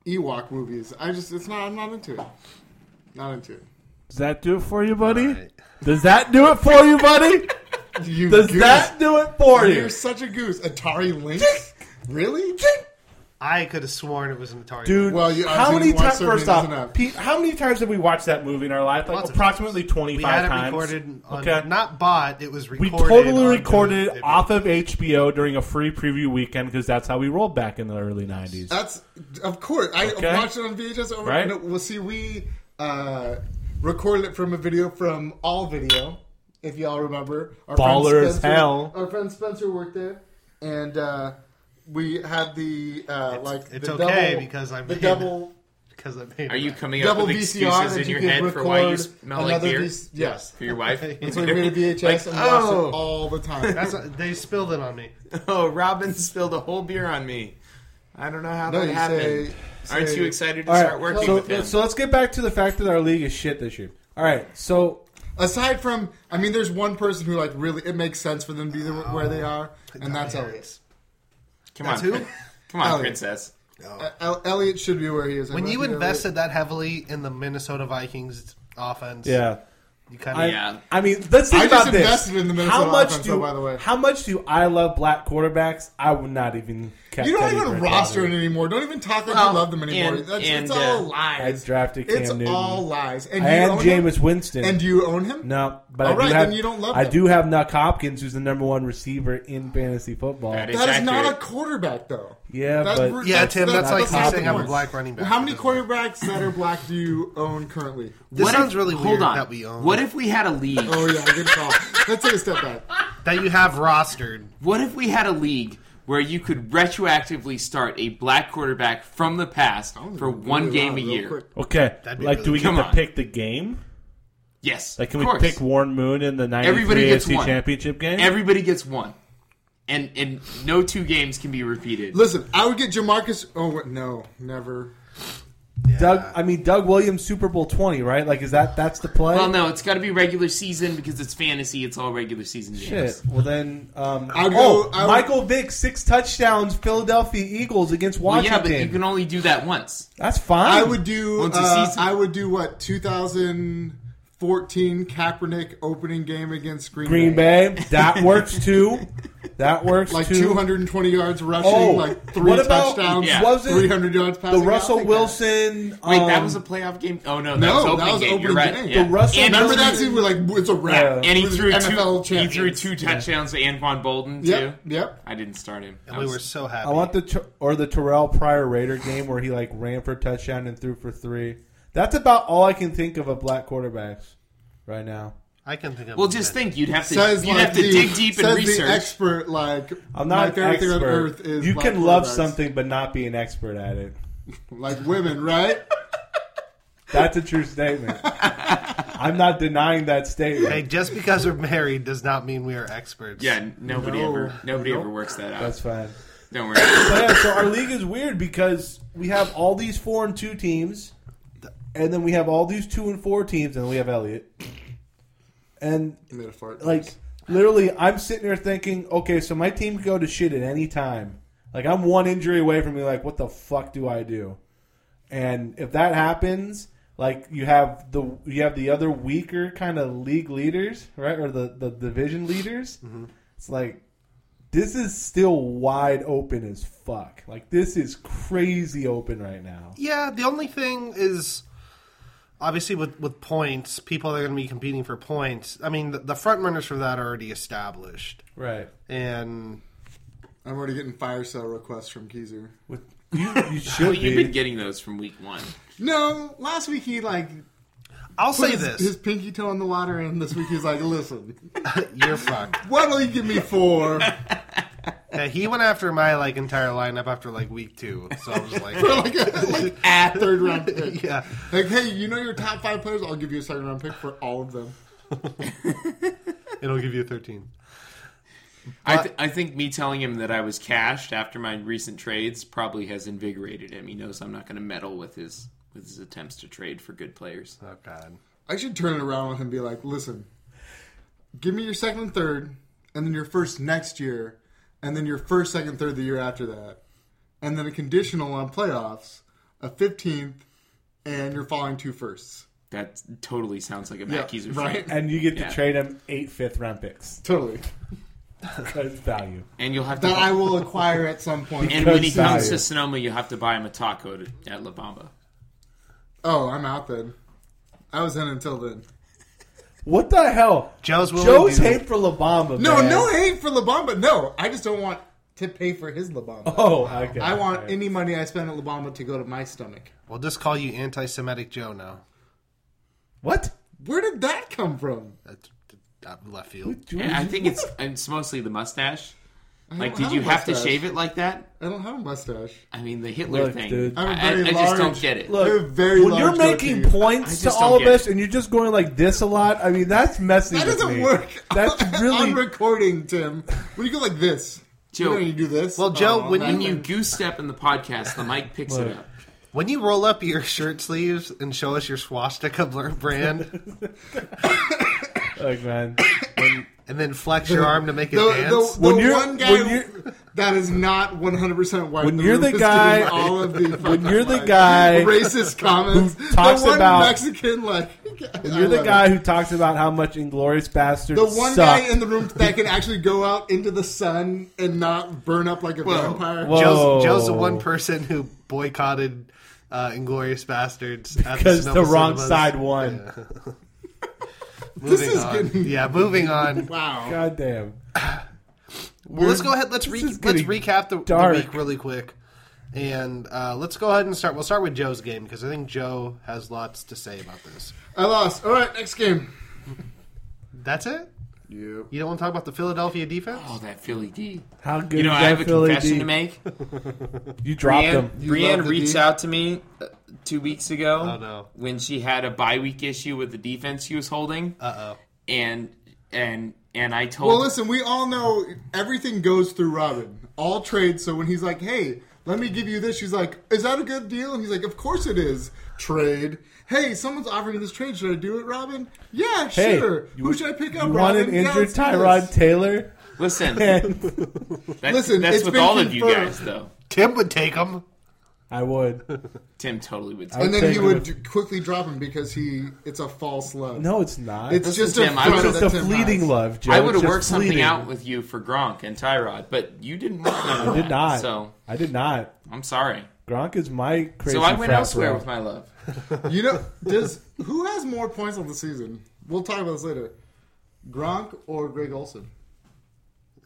Speaker 9: Ewok movies. I just it's not. I'm not into it. Not into it.
Speaker 4: Does that do it for you, buddy?
Speaker 8: Alright.
Speaker 4: Does that do it for you, buddy?
Speaker 9: You
Speaker 4: Does
Speaker 9: goose.
Speaker 4: that do it for you?
Speaker 9: You're such a goose. Atari Lynx? really?
Speaker 8: I could have sworn it was an Atari.
Speaker 4: Dude,
Speaker 9: Well, you- I
Speaker 4: how
Speaker 9: was
Speaker 4: many
Speaker 9: gonna watch
Speaker 4: times?
Speaker 9: Serbian
Speaker 4: First off,
Speaker 9: Enough.
Speaker 4: Pete, how many times have we watched that movie in our life? Like
Speaker 8: Lots of
Speaker 4: approximately
Speaker 8: we
Speaker 4: twenty-five
Speaker 8: had it
Speaker 4: times.
Speaker 8: recorded. On,
Speaker 4: okay,
Speaker 8: Not bought. It was
Speaker 4: we
Speaker 8: recorded.
Speaker 4: totally
Speaker 8: on-
Speaker 4: recorded it off of HBO during a free preview weekend because that's how we rolled back in the early nineties.
Speaker 9: That's of course. I
Speaker 4: Okay.
Speaker 9: watched it on VHS. Over,
Speaker 4: Right.
Speaker 9: no, well, see, we uh, recorded it from a video from All Video, if y'all remember. Our friend
Speaker 4: Baller as
Speaker 9: Spencer-
Speaker 4: hell.
Speaker 9: Our friend Spencer worked there, and uh, we had the uh, like
Speaker 8: it's
Speaker 9: the
Speaker 8: okay
Speaker 9: double,
Speaker 8: because I'm
Speaker 9: the
Speaker 8: in.
Speaker 9: double
Speaker 8: Because I made
Speaker 10: Are you coming up
Speaker 9: double
Speaker 10: with
Speaker 9: VCR
Speaker 10: excuses
Speaker 9: that
Speaker 10: in
Speaker 9: you
Speaker 10: your
Speaker 9: could
Speaker 10: head for why you
Speaker 9: record
Speaker 10: smell like
Speaker 9: another
Speaker 10: beer
Speaker 9: VC Yes.
Speaker 10: for your wife?
Speaker 9: So we made a VHS
Speaker 10: Like,
Speaker 9: and watched
Speaker 10: oh,
Speaker 9: it all the time.
Speaker 8: That's what, they spilled it on me.
Speaker 10: oh, Robin spilled a whole beer on me. I don't know how
Speaker 9: No,
Speaker 10: that
Speaker 9: you
Speaker 10: happened.
Speaker 9: say-
Speaker 10: Aren't
Speaker 9: say-
Speaker 10: you excited to
Speaker 4: All
Speaker 10: start
Speaker 4: right,
Speaker 10: working
Speaker 4: so
Speaker 10: with him?
Speaker 4: so let's get back to the fact that our league is shit this year. All right, so
Speaker 9: Aside from, I mean, there's one person who like really it makes sense for them to be the, where they are, and that's Elliot.
Speaker 10: Come on,
Speaker 8: who?
Speaker 10: come on,
Speaker 9: Elliot.
Speaker 10: princess.
Speaker 9: Uh, El- Elliot should be where he is. I
Speaker 8: When
Speaker 9: must
Speaker 8: you
Speaker 9: be
Speaker 8: invested that heavily in the Minnesota Vikings offense,
Speaker 4: yeah.
Speaker 8: you kind
Speaker 4: I,
Speaker 8: of
Speaker 10: Yeah.
Speaker 4: I mean, let's think
Speaker 9: I
Speaker 4: about
Speaker 9: just
Speaker 4: this.
Speaker 9: invested in the
Speaker 4: how
Speaker 9: Minnesota
Speaker 4: much
Speaker 9: offense,
Speaker 4: do,
Speaker 9: though, by the way.
Speaker 4: How much do I love black quarterbacks? I would not even.
Speaker 9: Elliot. You don't even roster it anymore. Don't even talk like
Speaker 10: Well,
Speaker 9: you love them anymore.
Speaker 10: and-
Speaker 9: That's,
Speaker 10: and,
Speaker 9: it's all
Speaker 10: uh,
Speaker 4: I
Speaker 9: lies.
Speaker 4: drafted Cam
Speaker 9: It's
Speaker 4: Newton.
Speaker 9: all lies. And, you
Speaker 4: and
Speaker 9: own
Speaker 4: Jameis
Speaker 9: him?
Speaker 4: Winston.
Speaker 9: And do you own him?
Speaker 4: No, but I
Speaker 9: All
Speaker 4: do
Speaker 9: right,
Speaker 4: have.
Speaker 9: then you don't love
Speaker 4: I
Speaker 9: them.
Speaker 4: do have Nuck Hopkins, who's the number one receiver in fantasy football.
Speaker 10: That is-
Speaker 9: That is
Speaker 10: It's
Speaker 9: not a
Speaker 10: accurate.
Speaker 9: quarterback, though.
Speaker 4: Yeah, but-
Speaker 8: Yeah, Tim, that's,
Speaker 4: that's
Speaker 8: like
Speaker 4: not
Speaker 8: you
Speaker 4: the
Speaker 8: saying I'm a
Speaker 4: point.
Speaker 8: black running back.
Speaker 9: How many quarterbacks that are black do you own currently?
Speaker 8: This
Speaker 10: What
Speaker 8: sounds
Speaker 10: if-
Speaker 8: really
Speaker 10: hold
Speaker 8: weird
Speaker 10: on.
Speaker 8: that we own.
Speaker 10: What if we had a league?
Speaker 9: Oh yeah, good call. Let's take a step back.
Speaker 8: that you have rostered?
Speaker 10: What if we had a league where you could retroactively start a black quarterback from the past for one
Speaker 9: Really loud,
Speaker 10: game a
Speaker 9: real
Speaker 10: year?
Speaker 9: quick.
Speaker 4: okay, like,
Speaker 8: That'd be really
Speaker 4: do we get
Speaker 10: good.
Speaker 4: to
Speaker 10: Come on.
Speaker 4: pick the game?
Speaker 10: Yes.
Speaker 4: Like, can
Speaker 10: of
Speaker 4: we
Speaker 10: course.
Speaker 4: pick Warren Moon in the
Speaker 10: Everybody
Speaker 4: '93
Speaker 10: gets
Speaker 4: AFC
Speaker 10: one.
Speaker 4: Championship game?
Speaker 10: Everybody gets one, and and no two games can be repeated.
Speaker 9: Listen, I would get Jamarcus. Oh wait, no, never.
Speaker 4: Doug, I mean Doug Williams Super Bowl 20, right? Like, is that that's the play?
Speaker 10: Well, no, it's got to be regular season because it's fantasy. It's all regular season games.
Speaker 4: Shit. Well then, um,
Speaker 9: I'd
Speaker 4: oh,
Speaker 9: go- I would-
Speaker 4: Michael Vick six touchdowns, Philadelphia Eagles against
Speaker 10: Well,
Speaker 4: Washington.
Speaker 10: yeah, but you can only do that once.
Speaker 4: That's fine.
Speaker 9: I would do.
Speaker 10: Once a
Speaker 9: Uh,
Speaker 10: season.
Speaker 9: I would do what 2014 Kaepernick opening game against Green,
Speaker 4: Green Bay. That works too. That works
Speaker 9: like
Speaker 4: too.
Speaker 9: 220 yards rushing,
Speaker 4: Oh,
Speaker 9: like three
Speaker 4: what about-
Speaker 9: touchdowns,
Speaker 10: Yeah.
Speaker 4: was it
Speaker 9: 300 yards
Speaker 4: the
Speaker 9: passing. I'll
Speaker 4: Russell
Speaker 9: take
Speaker 4: Wilson.
Speaker 10: Wait, that
Speaker 4: um,
Speaker 10: was a playoff game. Oh no, that
Speaker 9: No,
Speaker 10: was opening
Speaker 9: that was
Speaker 10: game. You're
Speaker 9: opening
Speaker 10: right.
Speaker 9: game.
Speaker 10: Yeah.
Speaker 4: The Russell
Speaker 9: That.
Speaker 10: and,
Speaker 9: Remember
Speaker 4: Wilson-
Speaker 9: that scene? We're like, it's a wrap.
Speaker 4: Yeah.
Speaker 10: and he
Speaker 9: We're the
Speaker 10: threw
Speaker 9: NFL
Speaker 10: two. He
Speaker 9: champions.
Speaker 10: threw two touchdowns to Anquan Bolden too.
Speaker 9: Yep, yep.
Speaker 10: I didn't start him.
Speaker 8: And
Speaker 10: I
Speaker 8: we
Speaker 10: was-
Speaker 8: were so happy.
Speaker 4: I want the Ter- or the Terrell Pryor Raider game where he like ran for a touchdown and threw for three. That's about all I can think of of black quarterbacks right now.
Speaker 8: I can think of.
Speaker 10: well, just think you'd have to
Speaker 9: Says
Speaker 10: you'd
Speaker 9: like
Speaker 10: have to
Speaker 9: the,
Speaker 10: dig deep
Speaker 9: says
Speaker 10: and
Speaker 9: the
Speaker 10: research.
Speaker 9: expert. Like
Speaker 4: I'm
Speaker 9: my
Speaker 4: not an
Speaker 9: favorite
Speaker 4: expert.
Speaker 9: thing on earth is
Speaker 4: you
Speaker 9: black
Speaker 4: can love
Speaker 9: quarterbacks.
Speaker 4: something but not be an expert at it.
Speaker 9: like women, right?
Speaker 4: That's a true statement. I'm not denying that statement.
Speaker 8: Hey, just because we're married does not mean we are experts.
Speaker 10: yeah, nobody
Speaker 9: No.
Speaker 10: ever nobody ever works that out.
Speaker 4: That's fine.
Speaker 10: Don't worry.
Speaker 4: But yeah, so our league is weird because we have all these four and two teams, and then we have all these two and four teams, and we have Elliot. And
Speaker 9: I made a fart.
Speaker 4: like literally, I'm sitting here thinking, okay, so my team could go to shit at any time. Like I'm one injury away from being like, what the fuck do I do? And if that happens, like you have the you have the other weaker kind of league leaders, right, or the the division leaders.
Speaker 10: Mm-hmm.
Speaker 4: It's like this is still wide open as fuck. Like this is crazy open right now.
Speaker 8: Yeah, the only thing is obviously with, with points, people that are going to be competing for points. I mean, the, the front runners for that are already established.
Speaker 4: Right.
Speaker 8: And
Speaker 9: I'm already getting fire sale requests from Keezer.
Speaker 4: With you, you
Speaker 10: Well, you've been getting those from week one.
Speaker 9: No, last week he like.
Speaker 8: I'll
Speaker 9: put
Speaker 8: say
Speaker 9: his,
Speaker 8: this.
Speaker 9: His pinky toe in the water, and this week he's like, listen,
Speaker 8: you're fucked.
Speaker 9: what'll you give me for?
Speaker 8: Yeah, he went after my like entire lineup after like week two. So I was like,
Speaker 9: like, a, like a third round pick.
Speaker 8: yeah,
Speaker 9: Like, hey, you know your top five players? I'll give you a second round pick for all of them.
Speaker 8: it'll give you thirteen.
Speaker 10: I, th- I think me telling him that I was cashed after my recent trades probably has invigorated him. He knows I'm not going to meddle with his with his attempts to trade for good players.
Speaker 9: Uh,
Speaker 8: Oh god.
Speaker 9: I should turn it around with him and be like, listen, give me your second and third, and then your first next year, and then your first, second, third the year after that, and then a conditional on playoffs, a 15th, and your following two firsts.
Speaker 10: That totally sounds like a Matt
Speaker 9: Yeah,
Speaker 10: Kieser
Speaker 9: right.
Speaker 10: trade.
Speaker 4: And you get
Speaker 10: Yeah.
Speaker 4: to trade him eight fifth round picks.
Speaker 9: Totally.
Speaker 4: That's value.
Speaker 10: And you'll have to.
Speaker 9: That I will acquire at some point.
Speaker 10: and when he
Speaker 4: Because
Speaker 10: comes
Speaker 4: value.
Speaker 10: to Sonoma, you have to buy him a taco to, at La Bamba.
Speaker 9: oh, I'm out then. I was in until then.
Speaker 4: What the hell?
Speaker 8: Joe's willing
Speaker 4: Joe's
Speaker 8: to do-
Speaker 4: hate for La Bamba.
Speaker 9: No,
Speaker 4: man.
Speaker 9: no hate for La Bamba. No, I just don't want to pay for his La Bamba.
Speaker 4: Oh, okay.
Speaker 9: I want any money I spend at La Bamba to go to my stomach.
Speaker 8: We'll just call you anti-Semitic Joe now.
Speaker 4: what?
Speaker 9: Where did that come from?
Speaker 8: That's out of left field.
Speaker 10: And I think it's it's mostly the mustache.
Speaker 9: I
Speaker 10: Like,
Speaker 9: don't
Speaker 10: did
Speaker 9: have
Speaker 10: you
Speaker 9: a
Speaker 10: have to
Speaker 9: mustache.
Speaker 10: shave it like that?
Speaker 9: I don't have a mustache.
Speaker 10: I mean, the Hitler
Speaker 4: Look,
Speaker 10: thing.
Speaker 4: dude.
Speaker 9: I'm a
Speaker 10: I, I,
Speaker 9: very
Speaker 10: I just
Speaker 9: large-
Speaker 10: don't get it.
Speaker 9: I have a
Speaker 4: Look,
Speaker 9: very
Speaker 4: when
Speaker 9: large
Speaker 4: you're making
Speaker 9: goatee.
Speaker 4: points
Speaker 10: just
Speaker 4: to
Speaker 10: don't
Speaker 4: all of
Speaker 10: get
Speaker 4: us
Speaker 10: it.
Speaker 4: and you're just going like this a lot, I mean, that's messy.
Speaker 9: That
Speaker 4: with
Speaker 9: doesn't
Speaker 4: me.
Speaker 9: work.
Speaker 4: That's really.
Speaker 9: I'm recording, Tim. When you go like this,
Speaker 10: Joe.
Speaker 9: you know when you do this.
Speaker 8: Well, Joe,
Speaker 9: Oh,
Speaker 8: when
Speaker 9: that
Speaker 10: When
Speaker 9: thing.
Speaker 10: you goose step in the podcast, the mic picks it up.
Speaker 8: When you roll up your shirt sleeves and show us your swastika blur brand,
Speaker 4: Like, man.
Speaker 8: and then flex your arm to make it
Speaker 9: the,
Speaker 8: dance,
Speaker 9: the, the
Speaker 4: When you're-
Speaker 9: one guy
Speaker 4: when you're-
Speaker 9: that is not 100 percent white.
Speaker 4: When
Speaker 9: in
Speaker 4: you're
Speaker 9: room
Speaker 4: the
Speaker 9: is
Speaker 4: guy-
Speaker 9: doing all of the
Speaker 4: When you're the
Speaker 9: fucking, like,
Speaker 4: guy.
Speaker 9: racist comments,
Speaker 4: talks
Speaker 9: the one
Speaker 4: about-
Speaker 9: Mexican like
Speaker 4: When you're the guy who talks about how much Inglorious Bastards
Speaker 9: The one
Speaker 4: suck.
Speaker 9: guy in the room that can actually go out into the sun and not burn up like a vampire.
Speaker 4: Whoa.
Speaker 8: Joe's, Joe's the one
Speaker 4: Whoa.
Speaker 8: person who boycotted uh, Inglorious Bastards at
Speaker 4: because the
Speaker 8: Sonoma
Speaker 4: wrong
Speaker 8: Cinemas.
Speaker 4: side won.
Speaker 9: This
Speaker 8: Moving
Speaker 9: is
Speaker 8: on.
Speaker 9: getting
Speaker 8: yeah. Moving on.
Speaker 9: wow.
Speaker 4: God damn.
Speaker 8: Well, let's go ahead. Let's re-
Speaker 4: is
Speaker 8: let's
Speaker 4: getting
Speaker 8: recap the, the
Speaker 4: dark.
Speaker 8: week really quick, and uh, let's go ahead and start. We'll start with Joe's game because I think Joe has lots to say about this.
Speaker 9: I lost. All right, next game.
Speaker 8: That's it.
Speaker 9: You.
Speaker 8: You don't want to talk about the Philadelphia defense?
Speaker 10: Oh, that Philly D.
Speaker 4: How good
Speaker 10: You know,
Speaker 4: is
Speaker 10: I
Speaker 4: that
Speaker 10: have a
Speaker 4: Philly
Speaker 10: confession
Speaker 4: D?
Speaker 10: to make.
Speaker 4: You dropped
Speaker 10: Brienne,
Speaker 4: him.
Speaker 9: love
Speaker 10: Brienne
Speaker 9: the
Speaker 10: reached
Speaker 9: D?
Speaker 10: out to me uh, two weeks ago
Speaker 8: Oh, no.
Speaker 10: when she had a bye week issue with the defense she was holding,
Speaker 8: Uh oh.
Speaker 10: and and and I told
Speaker 9: Well, listen, we all know everything goes through Robin, all trades. So when he's like, "Hey, let me give you this," she's like, "Is that a good deal?" And he's like, "Of course it is." Trade. Hey, someone's offering me this trade. Should I do it, Robin? Yeah,
Speaker 4: Hey,
Speaker 9: sure.
Speaker 4: you-
Speaker 9: Who should I pick up?
Speaker 4: You want
Speaker 9: Robin?
Speaker 4: an
Speaker 9: Yeah,
Speaker 4: injured
Speaker 9: let's do
Speaker 4: Tyrod
Speaker 9: this.
Speaker 4: Taylor?
Speaker 10: listen, that's,
Speaker 4: And
Speaker 9: Listen,
Speaker 10: that's
Speaker 9: it's
Speaker 10: with
Speaker 9: been
Speaker 10: all of you
Speaker 9: confirmed.
Speaker 10: guys though.
Speaker 8: Tim would take him.
Speaker 4: I would.
Speaker 10: Tim totally would.
Speaker 4: would
Speaker 9: And then he
Speaker 4: take
Speaker 9: would
Speaker 4: him.
Speaker 9: quickly drop him because he it's a false love.
Speaker 4: No, it's not.
Speaker 9: it's
Speaker 4: It's
Speaker 9: just
Speaker 10: Tim,
Speaker 9: a
Speaker 10: I
Speaker 9: front
Speaker 10: would-
Speaker 9: that
Speaker 4: a
Speaker 9: Tim
Speaker 4: fleeting
Speaker 9: has.
Speaker 4: love, Joe.
Speaker 10: I would have
Speaker 4: It's just
Speaker 10: worked something
Speaker 4: fleeting.
Speaker 10: out with you for Gronk and Tyrod, but you didn't want none of
Speaker 4: I
Speaker 10: that.
Speaker 4: did not.
Speaker 10: So
Speaker 4: I did not.
Speaker 10: I'm sorry.
Speaker 4: Gronk is my crazy.
Speaker 10: So I went
Speaker 4: frat
Speaker 10: elsewhere
Speaker 4: bro.
Speaker 10: with my love.
Speaker 9: You know, does who has more points on the season? We'll talk about this later. Gronk or Greg Olson?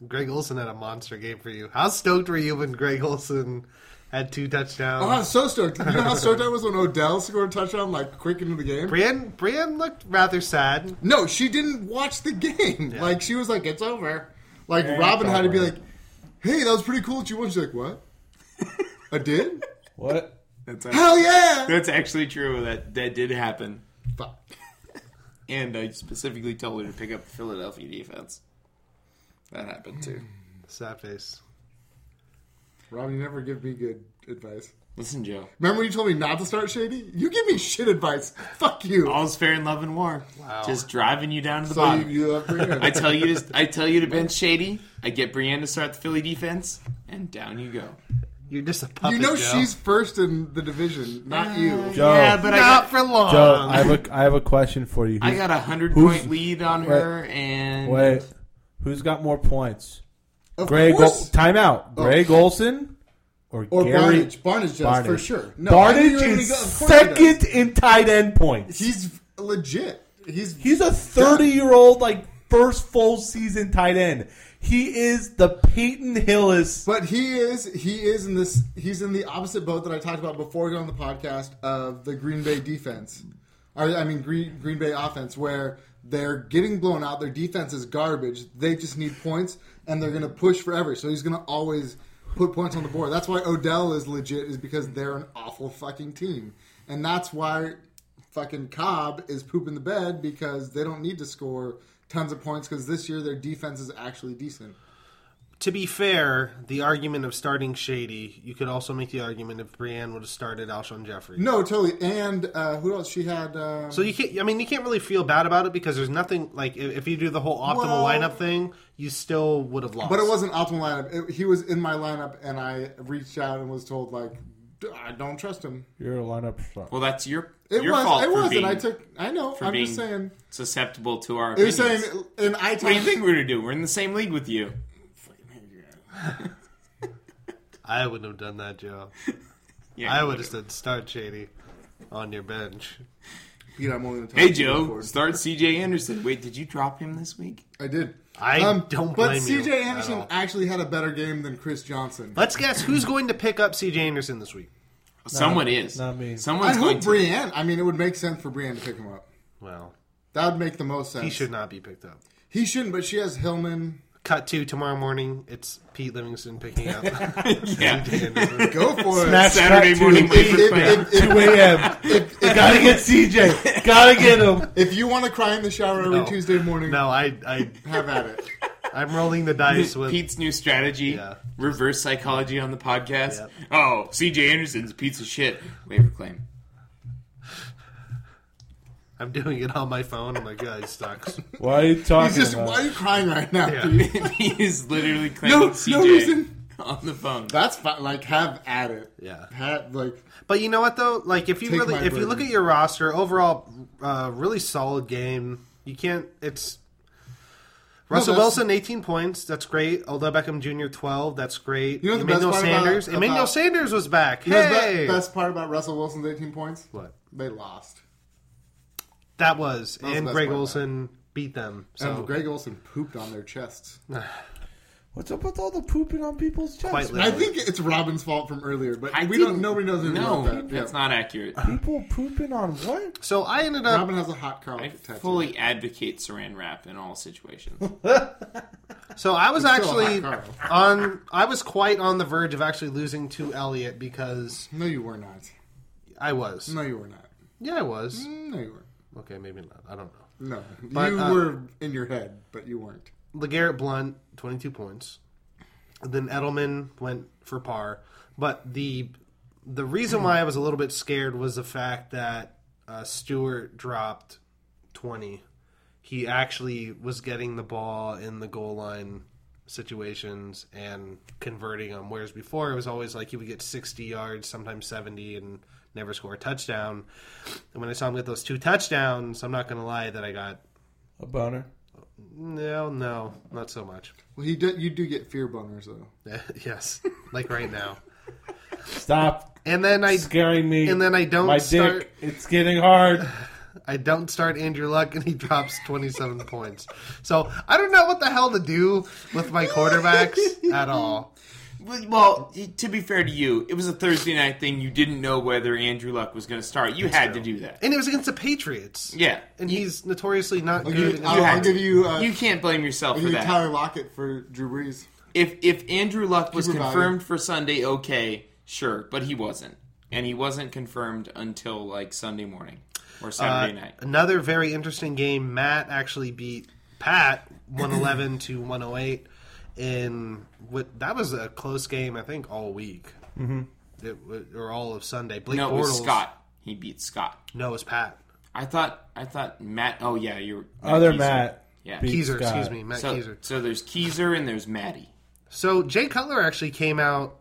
Speaker 8: Greg Olson had a monster game for you. How stoked were you when Greg Olson had two touchdowns?
Speaker 9: Oh, I'm so stoked. You know how stoked I was when Odell scored a touchdown like quick into the game?
Speaker 8: Brienne, Brienne looked rather sad.
Speaker 9: No, she didn't watch the game. Like she was like, It's over. Like Robin had to be
Speaker 4: over.
Speaker 9: like, Hey, that was pretty cool that you won. She's like, What? I did?
Speaker 4: What?
Speaker 10: That's
Speaker 9: Hell yeah.
Speaker 10: that's actually true. That that did happen,
Speaker 9: Fuck.
Speaker 10: and I specifically told her to pick up the Philadelphia defense. That happened too.
Speaker 8: Sad face.
Speaker 9: Robin, you never give me good advice.
Speaker 10: Listen, Joe.
Speaker 9: Remember when you told me not to start shady? You give me shit advice. Fuck you.
Speaker 10: All's fair in love and war. Just driving you down to the
Speaker 9: so you,
Speaker 10: bottom.
Speaker 9: you love Brianna.
Speaker 10: I tell you to I tell you to bench Shady. I get Brienne to start the Philly defense. and down you go.
Speaker 8: You're just a puppet.
Speaker 9: you know
Speaker 8: Joe.
Speaker 9: she's first in the division, not you.
Speaker 4: Joe. Yeah, but
Speaker 8: I Not got- for long.
Speaker 4: Joe, I have a I have a question for you.
Speaker 10: I
Speaker 4: Who's-
Speaker 10: got a hundred
Speaker 4: who's-
Speaker 10: point lead on
Speaker 4: wait,
Speaker 10: her, and
Speaker 4: Wait, who's got more points?
Speaker 9: Of
Speaker 4: Greg, Gol-
Speaker 9: course. Oh.
Speaker 4: time out. Greg Olson or,
Speaker 9: Or
Speaker 4: Gary
Speaker 9: Barnage. Barnage does, for sure. No, I knew you
Speaker 4: Barnage
Speaker 9: were gonna
Speaker 4: is
Speaker 9: go- of course he
Speaker 4: second in tight end points.
Speaker 9: He's legit. He's
Speaker 4: He's a 30 year old, like first full season tight end. He is the Peyton Hillis.
Speaker 9: But he is he is in this he's in the opposite boat that I talked about before on the podcast of the Green Bay defense. Or I mean Green Green Bay offense where they're getting blown out, their defense is garbage. They just need points and they're going to push forever. So he's going to always put points on the board. That's why Odell is legit is because they're an awful fucking team. And that's why fucking Cobb is pooping the bed because they don't need to score tons of points cuz this year their defense is actually decent.
Speaker 8: to be fair, the argument of starting Shady, you could also make the argument if Brienne would have started Alshon Jeffrey.
Speaker 9: No, totally. And uh, who else? She had. Um,
Speaker 8: So you can't. I mean, you can't really feel bad about it because there's nothing like if, if you do the whole optimal
Speaker 9: Well-
Speaker 8: lineup thing, you still would have lost.
Speaker 9: but it wasn't optimal lineup. It, he was in my lineup, and I reached out and was told like, "D- I don't trust him.
Speaker 4: You're a lineup shot.
Speaker 10: well, that's your
Speaker 9: It
Speaker 10: your
Speaker 9: was.
Speaker 10: fault
Speaker 9: It
Speaker 10: for
Speaker 9: wasn't.
Speaker 10: being
Speaker 9: I took. I know.
Speaker 10: for
Speaker 9: I'm
Speaker 10: being
Speaker 9: just saying.
Speaker 10: susceptible to our.
Speaker 9: It was
Speaker 10: Opinions.
Speaker 9: saying, and I
Speaker 10: what do you
Speaker 9: talked.
Speaker 10: think we're gonna do? We're in the same league with you.
Speaker 8: I wouldn't have done that, Joe.
Speaker 10: Yeah,
Speaker 8: I
Speaker 10: you
Speaker 8: would have said start Shady on your bench.
Speaker 9: Pete, I'm only gonna talk
Speaker 10: Hey
Speaker 9: to you
Speaker 10: Joe,
Speaker 9: before.
Speaker 10: start CJ Anderson. Wait, did you drop him this week?
Speaker 9: I did.
Speaker 8: I don't
Speaker 9: Um, But
Speaker 8: blame you
Speaker 9: CJ
Speaker 8: at
Speaker 9: Anderson
Speaker 8: all.
Speaker 9: actually had a better game than Chris Johnson.
Speaker 8: Let's guess who's going to pick up C.J. Anderson this week.
Speaker 10: Someone is.
Speaker 4: not me.
Speaker 9: I
Speaker 10: Someone's going
Speaker 9: hope
Speaker 10: to.
Speaker 9: Brienne. I mean, it would make sense for Brienne to pick him up.
Speaker 8: Well,
Speaker 9: That would make the most sense.
Speaker 8: he should not be picked up.
Speaker 9: He shouldn't. But she has Hillman.
Speaker 8: Cut to tomorrow morning. It's Pete Livingston picking up.
Speaker 10: yeah.
Speaker 9: Go for it.
Speaker 4: Smash
Speaker 10: Saturday
Speaker 4: cut
Speaker 10: morning
Speaker 4: to
Speaker 10: waiver
Speaker 9: If-
Speaker 10: plan.
Speaker 9: if- if-
Speaker 4: 2 a.m.
Speaker 9: if- if-
Speaker 4: Gotta get CJ. Gotta get him.
Speaker 9: If you want to cry in the shower every
Speaker 8: No.
Speaker 9: Tuesday morning,
Speaker 8: no, Oh, I, I,
Speaker 9: have at it.
Speaker 8: I'm rolling the dice with.
Speaker 10: Pete's new strategy,
Speaker 8: Yeah.
Speaker 10: reverse psychology on the podcast.
Speaker 8: Yep.
Speaker 10: Oh, CJ Anderson's a piece of shit. Waiver claim.
Speaker 8: I'm doing it on my phone. I'm like, yeah, he sucks.
Speaker 4: Why are you talking
Speaker 9: He's just,
Speaker 4: about?
Speaker 9: why are you crying right now?
Speaker 8: Yeah.
Speaker 9: dude?
Speaker 10: he is literally claiming
Speaker 9: No,
Speaker 10: CJ
Speaker 9: no reason.
Speaker 10: on the phone.
Speaker 9: That's fine. Like, have at it.
Speaker 8: Yeah.
Speaker 9: Have, like,
Speaker 8: But you know what though? Like if you
Speaker 9: Take
Speaker 8: really
Speaker 9: my
Speaker 8: if you look
Speaker 9: burden.
Speaker 8: at your roster overall, uh, really solid game. You can't. It's Russell
Speaker 9: that's-
Speaker 8: Wilson, eighteen points. That's great. Odell Beckham Jr. twelve. That's great.
Speaker 9: You know the best
Speaker 8: Emmanuel
Speaker 9: part about-
Speaker 8: Sanders. Emmanuel
Speaker 9: about-
Speaker 8: Sanders was back.
Speaker 9: you know the
Speaker 8: hey,
Speaker 9: be- best part about Russell Wilson's 18 points?
Speaker 8: What?
Speaker 9: They lost.
Speaker 8: that was
Speaker 9: was
Speaker 8: and
Speaker 9: the best
Speaker 8: Greg
Speaker 9: part about
Speaker 8: Olson beat them. So
Speaker 9: and Greg Olson pooped on their chests.
Speaker 4: What's up with all the pooping on people's chests?
Speaker 8: quite
Speaker 4: man?
Speaker 9: I
Speaker 8: literally.
Speaker 9: think it's Robin's fault from earlier, but
Speaker 10: I
Speaker 9: we don't.
Speaker 10: didn't-
Speaker 9: Nobody knows anything
Speaker 10: No,
Speaker 9: about that.
Speaker 10: that's
Speaker 9: Yeah.
Speaker 10: not accurate.
Speaker 4: People pooping on what?
Speaker 8: so. I ended up.
Speaker 9: Robin has a hot Carl
Speaker 10: I
Speaker 9: tattoo.
Speaker 10: fully advocate saran wrap in all situations.
Speaker 8: So I was
Speaker 9: still a
Speaker 8: actually
Speaker 9: hot
Speaker 8: on. I was quite on the verge of actually losing to Elliot because
Speaker 9: No, you were not.
Speaker 8: I was.
Speaker 9: No, Mm. you were not.
Speaker 8: Yeah, I was.
Speaker 9: No, you weren't.
Speaker 8: Okay, maybe not. I don't know.
Speaker 9: No,
Speaker 8: But,
Speaker 9: you
Speaker 8: uh,
Speaker 9: were in your head, but you weren't.
Speaker 8: LeGarrette Blunt, 22 points. And then Edelman went for par. But the the reason why I was a little bit scared was the fact that uh, Stewart dropped 20. He actually was getting the ball in the goal line situations and converting them. Whereas before, it was always like he would get 60 yards, sometimes 70, and never score a touchdown. And when I saw him get those two touchdowns, I'm not going to lie that I got,
Speaker 4: A boner.
Speaker 8: no, no, not so much.
Speaker 9: Well, he do, you do get fear boners though.
Speaker 8: yes, like right now.
Speaker 4: Stop
Speaker 8: And then I
Speaker 4: scaring me.
Speaker 8: and then I don't
Speaker 4: My
Speaker 8: start.
Speaker 4: dick. It's getting hard.
Speaker 8: I don't start Andrew Luck, and he drops twenty seven points. So I don't know what the hell to do with my quarterbacks at all.
Speaker 10: well, to be fair to you, it was a Thursday night thing. You didn't know whether Andrew Luck was going to start. You had to do that.
Speaker 8: And it was against the Patriots.
Speaker 10: Yeah.
Speaker 8: and he's notoriously not
Speaker 9: I'll
Speaker 8: good.
Speaker 9: give, I'll, I'll
Speaker 10: had to.
Speaker 9: give you. Uh,
Speaker 10: You can't blame yourself
Speaker 9: I'll
Speaker 10: for
Speaker 9: give you
Speaker 10: that.
Speaker 9: Tyler Lockett for Drew Brees.
Speaker 10: if if Andrew Luck was
Speaker 9: Supervisor.
Speaker 10: confirmed for Sunday, okay, sure, but he wasn't, and he wasn't confirmed until like Sunday morning or Saturday
Speaker 8: Uh,
Speaker 10: night.
Speaker 8: Another very interesting game. Matt actually beat Pat one eleven to one hundred eight. In what that was a close game, I think all week, mm-hmm. it, wa- or all of Sunday. Blake
Speaker 10: No, it
Speaker 8: Bortles.
Speaker 10: was Scott. He beat Scott.
Speaker 8: No, it was Pat.
Speaker 10: I thought I thought Matt. Oh yeah, you're
Speaker 4: Other
Speaker 10: Keizer.
Speaker 4: Matt.
Speaker 10: Yeah.
Speaker 4: beat
Speaker 8: Keezer,
Speaker 4: Scott.
Speaker 8: excuse me, Matt
Speaker 10: So,
Speaker 8: Keezer.
Speaker 10: so there's Keezer and there's Maddie.
Speaker 8: So Jay Cutler actually came out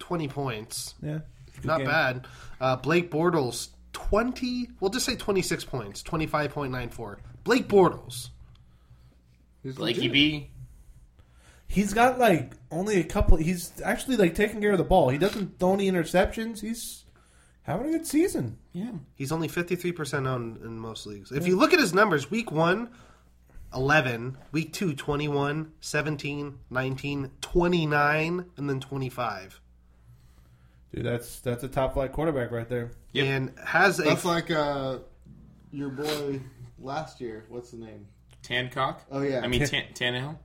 Speaker 8: 20 points.
Speaker 4: Yeah.
Speaker 8: Not
Speaker 4: game.
Speaker 8: bad. Uh, Blake Bortles, 20, we'll just say 26 points, 25.94. Blake Bortles.
Speaker 10: Blakey B.
Speaker 4: He's got like only a couple. He's actually like taking care of the ball. He doesn't throw any interceptions. He's having a good season.
Speaker 10: Yeah.
Speaker 8: He's only 53% owned in most leagues. If you look at his numbers, week one, 11, week two, 21, 17, 19, 29, and then 25.
Speaker 4: Dude, that's that's a top flight quarterback right there.
Speaker 10: Yep.
Speaker 8: And has a.
Speaker 9: That's like uh, your boy last year. What's the name?
Speaker 10: Tancock.
Speaker 9: Oh, yeah.
Speaker 10: I mean Tan- Tannehill.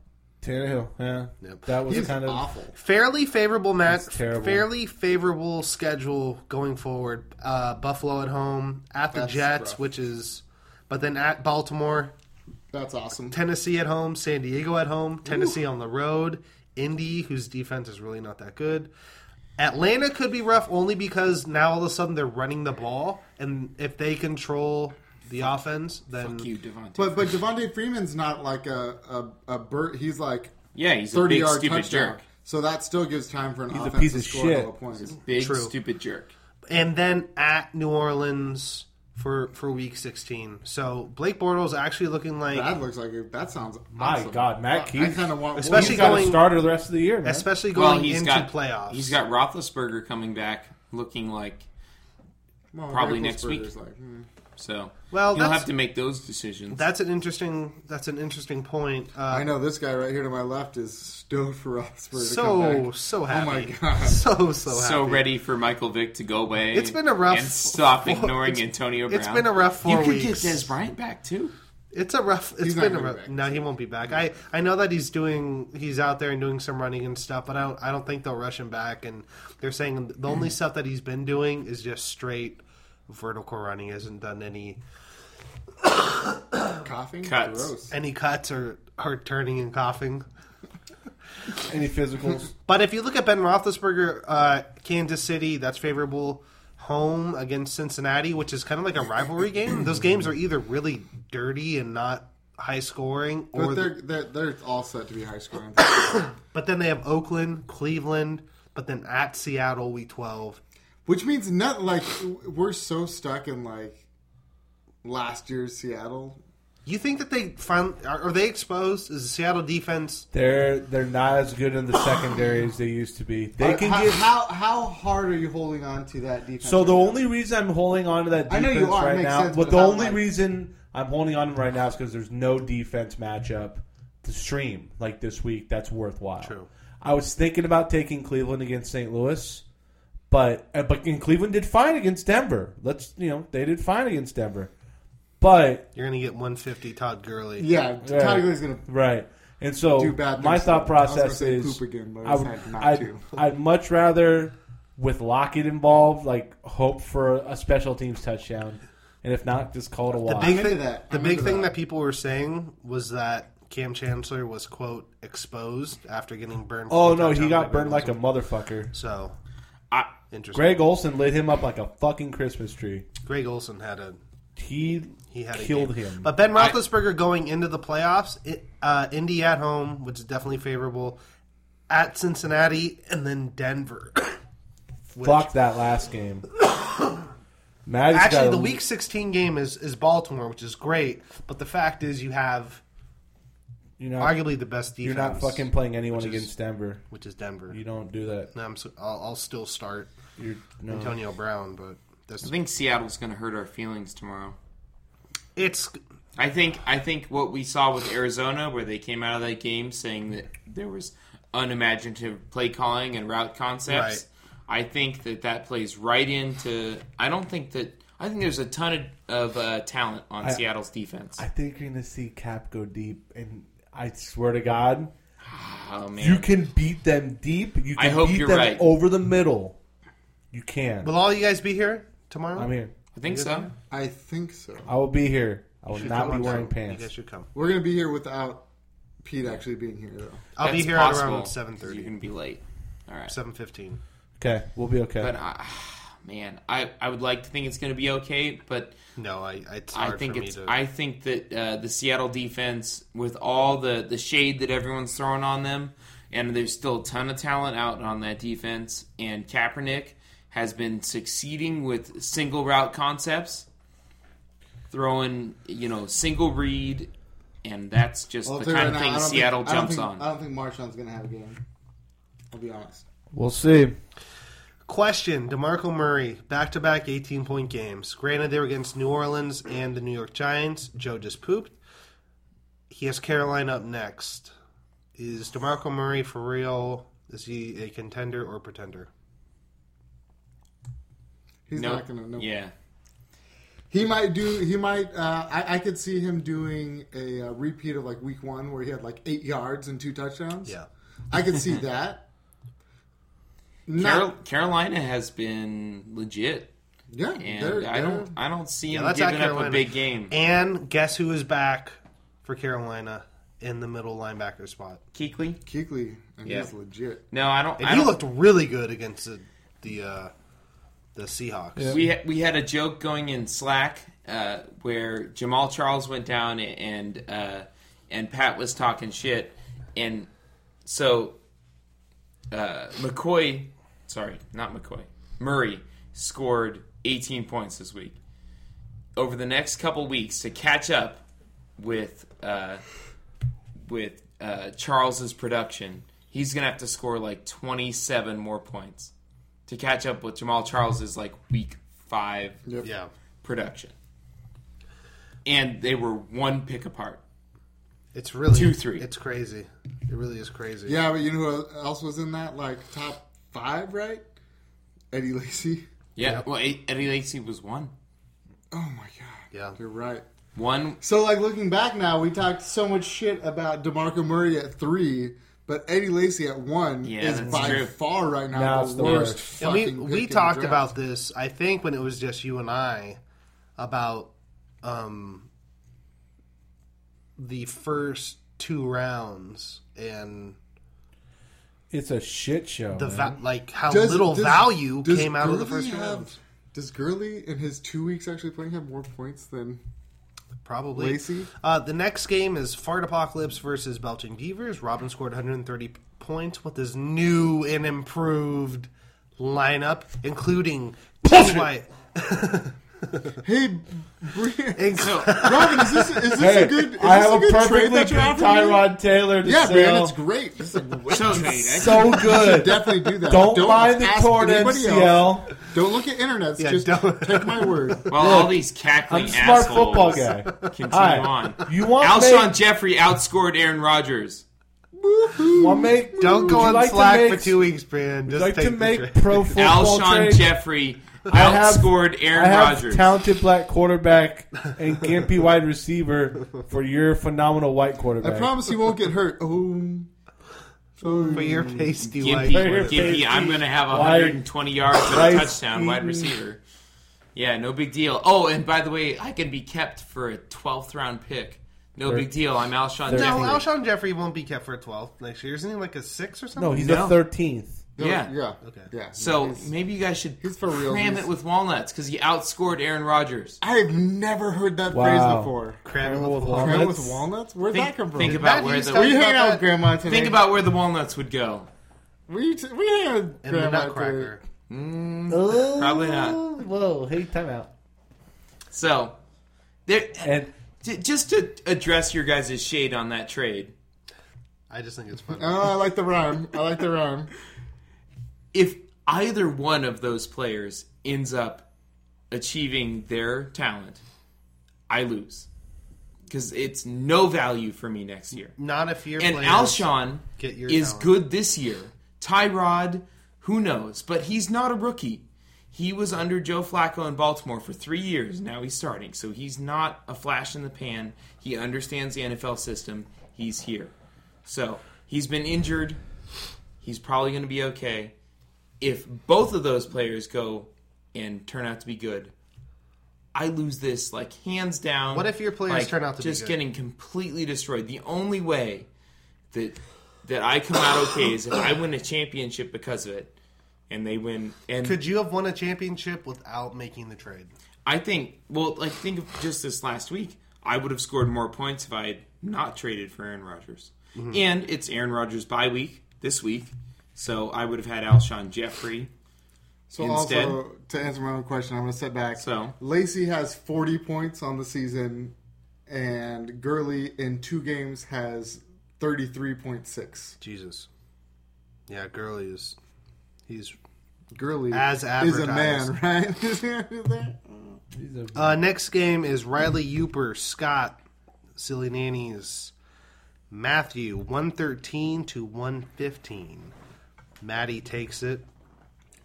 Speaker 4: Tannehill. Yeah,
Speaker 8: Yep.
Speaker 4: that was
Speaker 9: He's
Speaker 4: kind of
Speaker 9: awful.
Speaker 8: Fairly favorable match.
Speaker 4: That's terrible.
Speaker 8: Fairly favorable schedule going forward. Uh, Buffalo at home, Um, at the
Speaker 9: That's
Speaker 8: Jets,
Speaker 9: rough.
Speaker 8: which is, but then at Baltimore,
Speaker 9: That's awesome.
Speaker 8: Tennessee at home, San Diego at home, Tennessee on the road, Indy, whose defense is really not that good. Atlanta could be rough only because now all of a sudden they're running the ball, and if they control the offense, then
Speaker 10: Fuck you, Devontae.
Speaker 9: But but Devontae Freeman's not like a a, a Bert. He's like
Speaker 10: yeah, he's a
Speaker 9: thirty
Speaker 10: big
Speaker 9: yard
Speaker 10: stupid
Speaker 9: touchdown.
Speaker 10: jerk.
Speaker 9: So that still gives time for an
Speaker 4: He's a
Speaker 9: offense
Speaker 4: piece
Speaker 9: to
Speaker 4: of
Speaker 9: score
Speaker 4: shit.
Speaker 9: all the points.
Speaker 10: Big
Speaker 8: True.
Speaker 10: stupid jerk.
Speaker 8: and then at New Orleans for for Week 16. So Blake Bortles actually looking like
Speaker 9: That looks like it. That sounds
Speaker 4: My
Speaker 9: awesome.
Speaker 4: God, Matt
Speaker 9: I- I
Speaker 4: Keith.
Speaker 9: kind of want.
Speaker 8: Especially
Speaker 4: he's got
Speaker 8: going-
Speaker 4: a starter the rest of the year, man.
Speaker 8: especially
Speaker 10: Well,
Speaker 8: going
Speaker 10: he's
Speaker 8: into
Speaker 10: got
Speaker 8: playoffs.
Speaker 10: He's got Roethlisberger coming back, looking like
Speaker 9: well,
Speaker 10: probably next
Speaker 9: Roethlisberger's
Speaker 10: week.
Speaker 9: Like, hmm.
Speaker 10: so.
Speaker 8: Well,
Speaker 10: you'll
Speaker 8: that's-
Speaker 10: have to make those decisions.
Speaker 8: that's an interesting that's an interesting point.
Speaker 9: I
Speaker 8: Uh,
Speaker 9: know this guy right here to my left is stoked for Roethlisberger to come
Speaker 8: so
Speaker 9: back.
Speaker 8: so
Speaker 9: oh
Speaker 8: happy.
Speaker 9: my god.
Speaker 8: So so happy.
Speaker 10: so ready for Michael Vick to go away.
Speaker 8: It's been a rough
Speaker 10: and stop
Speaker 8: four-
Speaker 10: ignoring
Speaker 8: it's-
Speaker 10: Antonio Brown.
Speaker 8: it's been a rough four
Speaker 10: You could
Speaker 8: weeks.
Speaker 10: get Des Bryant back too.
Speaker 8: It's a rough. It's
Speaker 9: He's not
Speaker 8: been a
Speaker 9: gonna
Speaker 8: rough.
Speaker 9: be back.
Speaker 8: No, he won't be back. I, I know that he's doing. He's out there and doing some running and stuff, but I don't. I don't think they'll rush him back. And they're saying the only stuff that he's been doing is just straight vertical running. He Hasn't done any
Speaker 9: Coughing.
Speaker 10: Cuts.
Speaker 9: Gross.
Speaker 8: any cuts or or turning and coughing.
Speaker 4: any physicals?
Speaker 8: But if you look at Ben Roethlisberger, uh, Kansas City, that's favorable. Home against Cincinnati, which is kind of like a rivalry game. Those games are either really dirty and not high scoring, or
Speaker 9: But
Speaker 8: they're
Speaker 9: they're, they're they're all set to be high scoring.
Speaker 8: But then they have Oakland, Cleveland, but then at Seattle, week 12.
Speaker 9: Which means not like we're so stuck in like last year's Seattle.
Speaker 8: You think that they find are, are they exposed? Is the Seattle defense?
Speaker 4: they're they're not as good in the secondary as they used to be. They can
Speaker 9: how,
Speaker 4: get
Speaker 9: how how hard are you holding on to that defense?
Speaker 4: So the only reason I'm holding on to that
Speaker 9: I
Speaker 4: defense
Speaker 9: know you are, it
Speaker 4: right
Speaker 9: makes
Speaker 4: now,
Speaker 9: sense,
Speaker 4: but,
Speaker 9: but
Speaker 4: the
Speaker 9: how,
Speaker 4: only
Speaker 9: like-
Speaker 4: reason I'm holding on to him right now is because there's no defense matchup to stream like this week that's worthwhile.
Speaker 8: True.
Speaker 4: I was thinking about taking Cleveland against St. Louis, but uh, but and Cleveland did fine against Denver. Let's you know they did fine against Denver, but
Speaker 8: You're gonna get 150 Todd Gurley.
Speaker 9: yeah,
Speaker 4: Yeah.
Speaker 9: Todd Gurley's gonna
Speaker 4: right. And so
Speaker 9: Do bad
Speaker 4: my
Speaker 9: things.
Speaker 4: thought
Speaker 9: I was gonna
Speaker 4: process
Speaker 9: say
Speaker 4: is
Speaker 9: poop again, but I
Speaker 4: I would,
Speaker 9: decided not
Speaker 4: I'd,
Speaker 9: to.
Speaker 4: I'd much rather with Lockett involved, like hope for a special teams touchdown, and if not, just call it a
Speaker 8: The
Speaker 4: walk.
Speaker 8: big
Speaker 9: into
Speaker 8: thing
Speaker 9: that.
Speaker 8: the
Speaker 9: I'm
Speaker 8: big
Speaker 9: into
Speaker 8: thing that.
Speaker 9: that.
Speaker 8: people were saying was that Cam Chancellor was quote exposed after getting burned.
Speaker 4: Oh
Speaker 8: for the
Speaker 4: no, he
Speaker 8: touchdown
Speaker 4: got
Speaker 8: by
Speaker 4: burned like a
Speaker 8: Gurley.
Speaker 4: motherfucker.
Speaker 8: so
Speaker 10: I,
Speaker 8: interesting.
Speaker 4: Greg Olson lit him up like a fucking Christmas tree.
Speaker 8: Greg Olson had a
Speaker 4: He,
Speaker 8: he had a
Speaker 4: killed
Speaker 8: game.
Speaker 4: him.
Speaker 8: But Ben Roethlisberger going into the playoffs, it, uh, Indy at home, which is definitely favorable, at Cincinnati, and then Denver.
Speaker 4: Fuck that last game. Maddie's
Speaker 8: Actually,
Speaker 4: gotta-
Speaker 8: the
Speaker 10: Um,
Speaker 8: Week 16 game is, is Baltimore, which is great. But the fact is, you have
Speaker 4: You're not,
Speaker 8: arguably the best defense.
Speaker 4: you're not fucking playing anyone
Speaker 8: which is-
Speaker 4: against Denver.
Speaker 8: which is Denver.
Speaker 4: You don't do that.
Speaker 8: And I'm, so- I'll, I'll still start
Speaker 4: You're, no.
Speaker 8: Antonio Brown, but
Speaker 10: I
Speaker 8: that's,
Speaker 10: think Seattle's going to hurt our feelings tomorrow.
Speaker 8: it's
Speaker 10: I think I think what we saw with Arizona, where they came out of that game saying that there was unimaginative play calling and route concepts. I think that that plays right into. I don't think that. I think there's a ton of, of uh, talent on Seattle's defense.
Speaker 4: I think you're gonna see Cap go deep, and I swear to God,
Speaker 10: oh man,
Speaker 4: you can beat them deep. You can
Speaker 10: I hope
Speaker 4: beat
Speaker 10: you're
Speaker 4: them
Speaker 10: right.
Speaker 4: over the middle. You can.
Speaker 8: will all you guys be here tomorrow?
Speaker 4: I'm here.
Speaker 10: I think so.
Speaker 9: I think so.
Speaker 4: I will be here. I will
Speaker 8: You should
Speaker 4: not
Speaker 8: come
Speaker 4: be
Speaker 8: on
Speaker 4: wearing
Speaker 8: down. You guys
Speaker 4: pants.
Speaker 8: should come.
Speaker 9: We're gonna be here without Pete actually being here though.
Speaker 8: I'll be
Speaker 10: That's
Speaker 8: here
Speaker 10: possible.
Speaker 8: at around
Speaker 10: You're
Speaker 8: 7:30,
Speaker 10: gonna be late. All right.
Speaker 8: 7:15.
Speaker 4: Okay, we'll be okay.
Speaker 10: But I, man, I, I would like to think it's going to be okay, but
Speaker 8: No, I it's hard
Speaker 10: I think
Speaker 8: for me
Speaker 10: it's
Speaker 8: to.
Speaker 10: I think that uh, the Seattle defense, with all the the shade that everyone's throwing on them, and there's still a ton of talent out on that defense. And Kaepernick has been succeeding with single route concepts, throwing you know single read, and that's just
Speaker 9: I'll
Speaker 10: the
Speaker 9: tell you
Speaker 10: kind
Speaker 9: right now, I
Speaker 10: of thing
Speaker 9: don't think-
Speaker 10: Seattle
Speaker 9: I don't
Speaker 10: jumps
Speaker 9: think-
Speaker 10: on.
Speaker 9: I don't think Marshawn's going to have a game. I'll be honest.
Speaker 11: We'll see.
Speaker 8: Question: Demarco Murray, back-to-back 18-point games. Granted, they were against New Orleans and the New York Giants. Joe just pooped. He has Carolina up next. Is Demarco Murray for real? Is he a contender or pretender?
Speaker 9: He's
Speaker 10: Nope.
Speaker 9: not going to. No.
Speaker 10: Yeah.
Speaker 9: He might do. He might. Uh, I, I could see him doing a, uh repeat of like week one where he had like eight yards and two touchdowns.
Speaker 8: Yeah.
Speaker 9: I could see that.
Speaker 10: Carol- Carolina has been legit.
Speaker 9: Yeah,
Speaker 10: and
Speaker 8: they're-
Speaker 10: I
Speaker 8: they're-
Speaker 10: don't, I don't see
Speaker 8: Yeah,
Speaker 10: him
Speaker 8: that's not
Speaker 10: giving up a
Speaker 8: Carolina.
Speaker 10: big game.
Speaker 8: And guess who is back for Carolina in the middle linebacker spot?
Speaker 10: Keekly.
Speaker 9: Keekly, and
Speaker 8: Yeah.
Speaker 9: he's legit.
Speaker 10: No, I don't.
Speaker 8: And
Speaker 10: I
Speaker 8: he
Speaker 10: don't
Speaker 8: looked really good against the the, uh, the Seahawks.
Speaker 10: We ha- we had a joke going in Slack uh, where Jamal Charles went down and uh, and Pat was talking shit, and so uh, McCoy, sorry, not McCoy, Murray scored 18 points this week. Over the next couple weeks, to catch up with uh, with uh, Charles's production, he's gonna have to score like 27 more points to catch up with Jamal Charles's like week five
Speaker 8: Yeah.
Speaker 10: production. And they were one pick apart.
Speaker 8: It's really
Speaker 10: two three.
Speaker 8: It's crazy. It really is crazy.
Speaker 9: Yeah, but you know who else was in that like top five, right? Eddie Lacy.
Speaker 10: Yeah. Well, A- Eddie Lacy was one.
Speaker 9: Oh my god.
Speaker 8: Yeah.
Speaker 9: You're right.
Speaker 10: One.
Speaker 9: So like looking back now, we talked so much shit about Demarco Murray at three, but Eddie Lacy at one
Speaker 10: Yeah,
Speaker 9: is
Speaker 10: that's
Speaker 9: by
Speaker 10: true.
Speaker 9: far right now
Speaker 8: Now
Speaker 9: the,
Speaker 8: it's the
Speaker 9: worst.
Speaker 8: worst. And we-
Speaker 9: fucking
Speaker 8: we
Speaker 9: pick in the
Speaker 8: talked
Speaker 9: draft.
Speaker 8: about this. I think when it was just you and I about um, the first two rounds and
Speaker 11: It's a shit show.
Speaker 8: the va-
Speaker 11: man.
Speaker 8: like how
Speaker 9: Does-
Speaker 8: little
Speaker 9: does-
Speaker 8: value
Speaker 9: does
Speaker 8: came out of the
Speaker 9: Gurley
Speaker 8: first
Speaker 9: have-
Speaker 8: round.
Speaker 9: Does Gurley in his two weeks actually playing have more points than
Speaker 8: Probably.
Speaker 9: Lacey?
Speaker 8: Uh, the next game is Fart Apocalypse versus Belching Beavers. Robin scored 130 points with his new and improved lineup, including two wide.
Speaker 9: hey, Brian.
Speaker 8: So,
Speaker 9: Robin, is this is this
Speaker 11: Hey,
Speaker 9: a good? Is
Speaker 11: I
Speaker 9: this
Speaker 11: have
Speaker 9: a
Speaker 11: a
Speaker 9: good trade
Speaker 11: perfectly
Speaker 9: that
Speaker 11: good
Speaker 9: you're offering me?
Speaker 11: Tyrod Taylor to
Speaker 9: Yeah,
Speaker 11: sell.
Speaker 9: man, it's great. This is a great
Speaker 10: So-
Speaker 9: trade. eh?
Speaker 11: so
Speaker 9: You
Speaker 11: good.
Speaker 9: should definitely do that.
Speaker 11: Don't buy
Speaker 9: ask
Speaker 11: the torn
Speaker 9: anybody else.
Speaker 11: MCL.
Speaker 9: Don't look at internets.
Speaker 8: Yeah,
Speaker 9: just
Speaker 8: don't.
Speaker 9: take my word.
Speaker 10: Well, all these cackling
Speaker 11: I'm a smart
Speaker 10: assholes
Speaker 11: football guy.
Speaker 10: continue
Speaker 11: All right.
Speaker 10: on.
Speaker 11: You want
Speaker 10: Alshon
Speaker 11: make-
Speaker 10: Jeffrey outscored Aaron Rodgers.
Speaker 11: Want make,
Speaker 8: Don't go
Speaker 11: would you
Speaker 8: on
Speaker 11: like to
Speaker 8: Slack
Speaker 11: make-
Speaker 8: for two weeks, Brian. Just
Speaker 11: Like
Speaker 8: take
Speaker 11: to
Speaker 8: the
Speaker 11: make
Speaker 8: trade.
Speaker 11: pro football
Speaker 10: Alshon
Speaker 11: trade.
Speaker 10: Jeffrey
Speaker 11: I have-
Speaker 10: outscored Aaron
Speaker 11: I have
Speaker 10: Rodgers.
Speaker 11: talented black quarterback and gimpy wide receiver for your phenomenal white
Speaker 9: I
Speaker 11: quarterback.
Speaker 9: promise he won't get hurt. Oh, oh.
Speaker 8: for your pasty
Speaker 10: Gimpy,
Speaker 11: Wide-
Speaker 10: Gimpy, I'm going to have
Speaker 11: Wide-
Speaker 10: 120 yards and
Speaker 11: Wide
Speaker 10: a touchdown, wide
Speaker 11: Eaton.
Speaker 9: Mm-hmm.
Speaker 10: receiver. Yeah, no big deal. Oh, and by the way, I can be kept for a 12th round pick. No
Speaker 11: Thir-
Speaker 10: big deal. I'm Alshon
Speaker 8: No,
Speaker 10: Jeffrey.
Speaker 8: Alshon Jeffrey won't be kept for 12 next year. Isn't he like a 6 or something?
Speaker 11: no, he's
Speaker 10: No.
Speaker 11: the thirteenth.
Speaker 10: Yeah.
Speaker 9: yeah.
Speaker 8: Okay.
Speaker 9: Yeah.
Speaker 10: So
Speaker 9: He's-
Speaker 10: maybe you guys should
Speaker 9: he's for real.
Speaker 10: cram
Speaker 9: He's-
Speaker 10: it with walnuts because he outscored Aaron Rodgers.
Speaker 9: I have never heard that phrase
Speaker 11: Wow.
Speaker 9: before.
Speaker 8: Cram with
Speaker 9: Grandma with walnuts? Where'd that
Speaker 10: Think,
Speaker 9: come from?
Speaker 10: think about
Speaker 8: Imagine
Speaker 10: where
Speaker 8: you
Speaker 10: the
Speaker 8: stop-
Speaker 9: were you hanging
Speaker 8: about
Speaker 9: out
Speaker 8: that.
Speaker 9: with grandma today?
Speaker 10: think about where the walnuts would go.
Speaker 9: were you, t- were you hanging out with
Speaker 8: and the
Speaker 9: grandma
Speaker 8: Nutcracker.
Speaker 10: Probably not.
Speaker 11: Oh, Whoa, hey, timeout.
Speaker 10: So there,
Speaker 11: And
Speaker 10: j- just to address your guys' shade on that trade.
Speaker 8: I just think it's funny.
Speaker 9: today? Oh, I like the rhyme. I like the rhyme.
Speaker 10: if either one of those players ends up achieving their talent, I lose because it's no value for me next year.
Speaker 8: Not if you're
Speaker 10: And
Speaker 8: players.
Speaker 10: Alshon
Speaker 8: get your
Speaker 10: is
Speaker 8: talent.
Speaker 10: good this year. Tyrod, who knows? But he's not a rookie. He was under Joe Flacco in Baltimore for three years. Now he's starting, so he's not a flash in the pan. He understands the NFL system. He's here, so he's been injured. He's probably going to be okay. If both of those players go and turn out to be good, I lose this like hands down.
Speaker 8: What if your players
Speaker 10: like,
Speaker 8: turn out to be
Speaker 10: just
Speaker 8: good?
Speaker 10: getting completely destroyed? The only way that that I come out okay is if I win a championship because of it, and they win. And
Speaker 8: Could you have won a championship without making the trade?
Speaker 10: I think, well, like think of just this last week, I would
Speaker 9: Mm-hmm.
Speaker 10: have scored more points if I had not traded for Aaron Rodgers. And it's Aaron Rodgers' bye week. this week, so I would have had Alshon Jeffrey
Speaker 9: So
Speaker 10: instead.
Speaker 9: also to answer my own question, I'm going to step back.
Speaker 10: So.
Speaker 9: Lacey has 40 points on the season, and Gurley in two games has 33.6.
Speaker 11: Jesus. Yeah, Gurley is he's
Speaker 9: Gurley
Speaker 11: as
Speaker 9: is
Speaker 11: advertised.
Speaker 9: a man, right? He's a-
Speaker 11: Uh, next game is Riley Uper, Scott, Silly Nannies, Matthew, 113 to 115. Maddie takes it.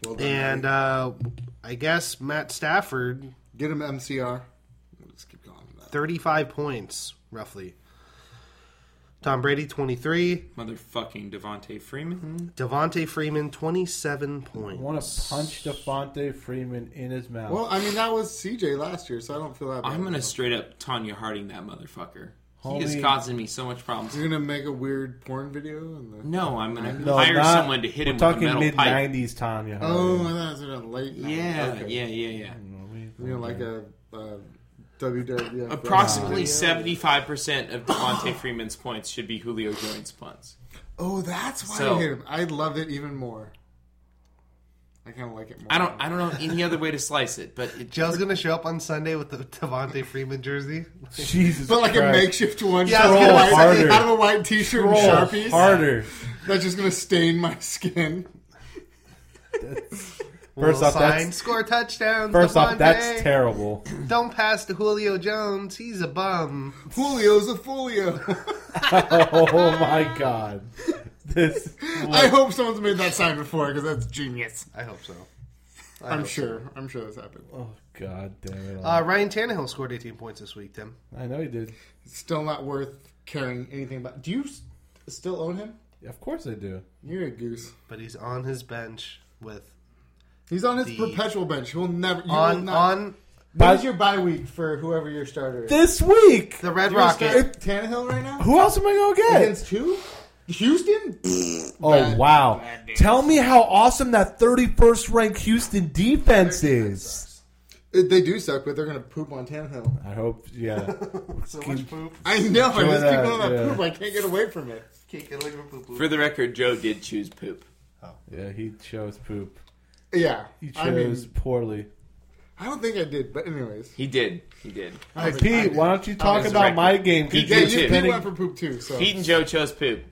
Speaker 9: Well done,
Speaker 11: and uh, I guess Matt Stafford.
Speaker 9: Get him MCR. Let's keep going.
Speaker 11: 35 points, roughly. Tom Brady, 23.
Speaker 10: Motherfucking Devontae
Speaker 9: Mm-hmm.
Speaker 10: Freeman.
Speaker 11: Devontae Freeman, 27 points.
Speaker 4: want to punch Devontae Freeman in his mouth.
Speaker 9: Well, I mean, that was CJ last year, so I don't feel that bad.
Speaker 10: I'm gonna straight up Tanya Harding that motherfucker. He is
Speaker 9: Homie.
Speaker 10: causing me so much problems.
Speaker 9: You're going to make a weird porn video? In the
Speaker 10: No, I'm gonna
Speaker 9: I-
Speaker 10: hire someone to hit
Speaker 4: we're
Speaker 10: him with a
Speaker 4: talking
Speaker 10: metal
Speaker 4: mid
Speaker 10: pipe.
Speaker 4: '90s Tanya.
Speaker 9: Oh, I thought it was in a late night.
Speaker 10: Yeah,
Speaker 9: Okay.
Speaker 10: yeah, yeah, yeah.
Speaker 9: You know, like a, a WWF.
Speaker 10: Approximately
Speaker 9: video.
Speaker 10: seventy-five percent of Devontae Freeman's points should be Julio Jones' points.
Speaker 9: Oh, that's why
Speaker 10: So-
Speaker 9: I hate him. I love it even more. I kind of like it more.
Speaker 10: I don't, I don't know any other way to slice it, but it,
Speaker 11: Joe's going to show up on Sunday with the Devontae Freeman jersey.
Speaker 4: Jesus
Speaker 9: But like a makeshift one
Speaker 11: Yeah,
Speaker 9: out, of
Speaker 11: I was
Speaker 9: a
Speaker 11: gonna
Speaker 9: white,
Speaker 11: say-
Speaker 9: out of a white t-shirt
Speaker 11: Roll
Speaker 9: and sharpies.
Speaker 4: harder.
Speaker 9: That's just gonna stain my skin.
Speaker 4: First off,
Speaker 11: sign,
Speaker 4: that's
Speaker 11: score touchdowns.
Speaker 4: first off,
Speaker 11: Devontae.
Speaker 4: that's terrible.
Speaker 11: Don't pass to Julio Jones. He's a bum.
Speaker 9: Julio's a folio.
Speaker 4: oh my god, this
Speaker 9: I hope someone's made that sign before because that's genius.
Speaker 11: I hope so. Oh. I
Speaker 9: I'm
Speaker 11: hope
Speaker 9: sure. I'm sure this happened.
Speaker 4: god damn it! all.
Speaker 11: Uh, Ryan Tannehill scored 18 points this week, Tim.
Speaker 4: I know he did.
Speaker 9: Still not worth caring anything about. Do you s- still own him?
Speaker 4: Of course I do.
Speaker 9: You're a goose.
Speaker 11: But he's on his bench with.
Speaker 9: He's on his
Speaker 11: The-
Speaker 9: perpetual bench. He'll never. You will
Speaker 11: On,
Speaker 9: not,
Speaker 11: on
Speaker 9: When's your bye week for whoever your starter is?
Speaker 4: This week,
Speaker 11: the Red
Speaker 9: You're gonna
Speaker 11: Rocket.
Speaker 9: start Tannehill right now
Speaker 4: who else am I gonna get?
Speaker 9: against who? Houston.
Speaker 4: oh wow! Tell me how awesome that 31st ranked Houston defense is.
Speaker 9: They do suck, but they're gonna poop on Tannehill.
Speaker 4: I hope. Yeah,
Speaker 11: So much poop.
Speaker 9: I know. I
Speaker 4: Enjoy
Speaker 9: just keep
Speaker 4: that,
Speaker 9: on that
Speaker 4: yeah.
Speaker 9: poop. I can't get away from it.
Speaker 11: Can't get away from poop. poop.
Speaker 10: for the record, Joe did choose poop.
Speaker 4: yeah. He chose poop.
Speaker 9: Yeah,
Speaker 4: He chose
Speaker 9: I mean,
Speaker 4: poorly.
Speaker 9: I don't think I did, but anyways,
Speaker 10: He did, he did.
Speaker 9: I
Speaker 4: Hey, Pete, why don't you talk
Speaker 10: it's
Speaker 4: about
Speaker 10: right.
Speaker 4: my game? 'Cause
Speaker 10: He
Speaker 9: yeah,
Speaker 10: did
Speaker 9: you
Speaker 10: too.
Speaker 9: Pete went for poop too. So
Speaker 10: Pete and Joe chose poop.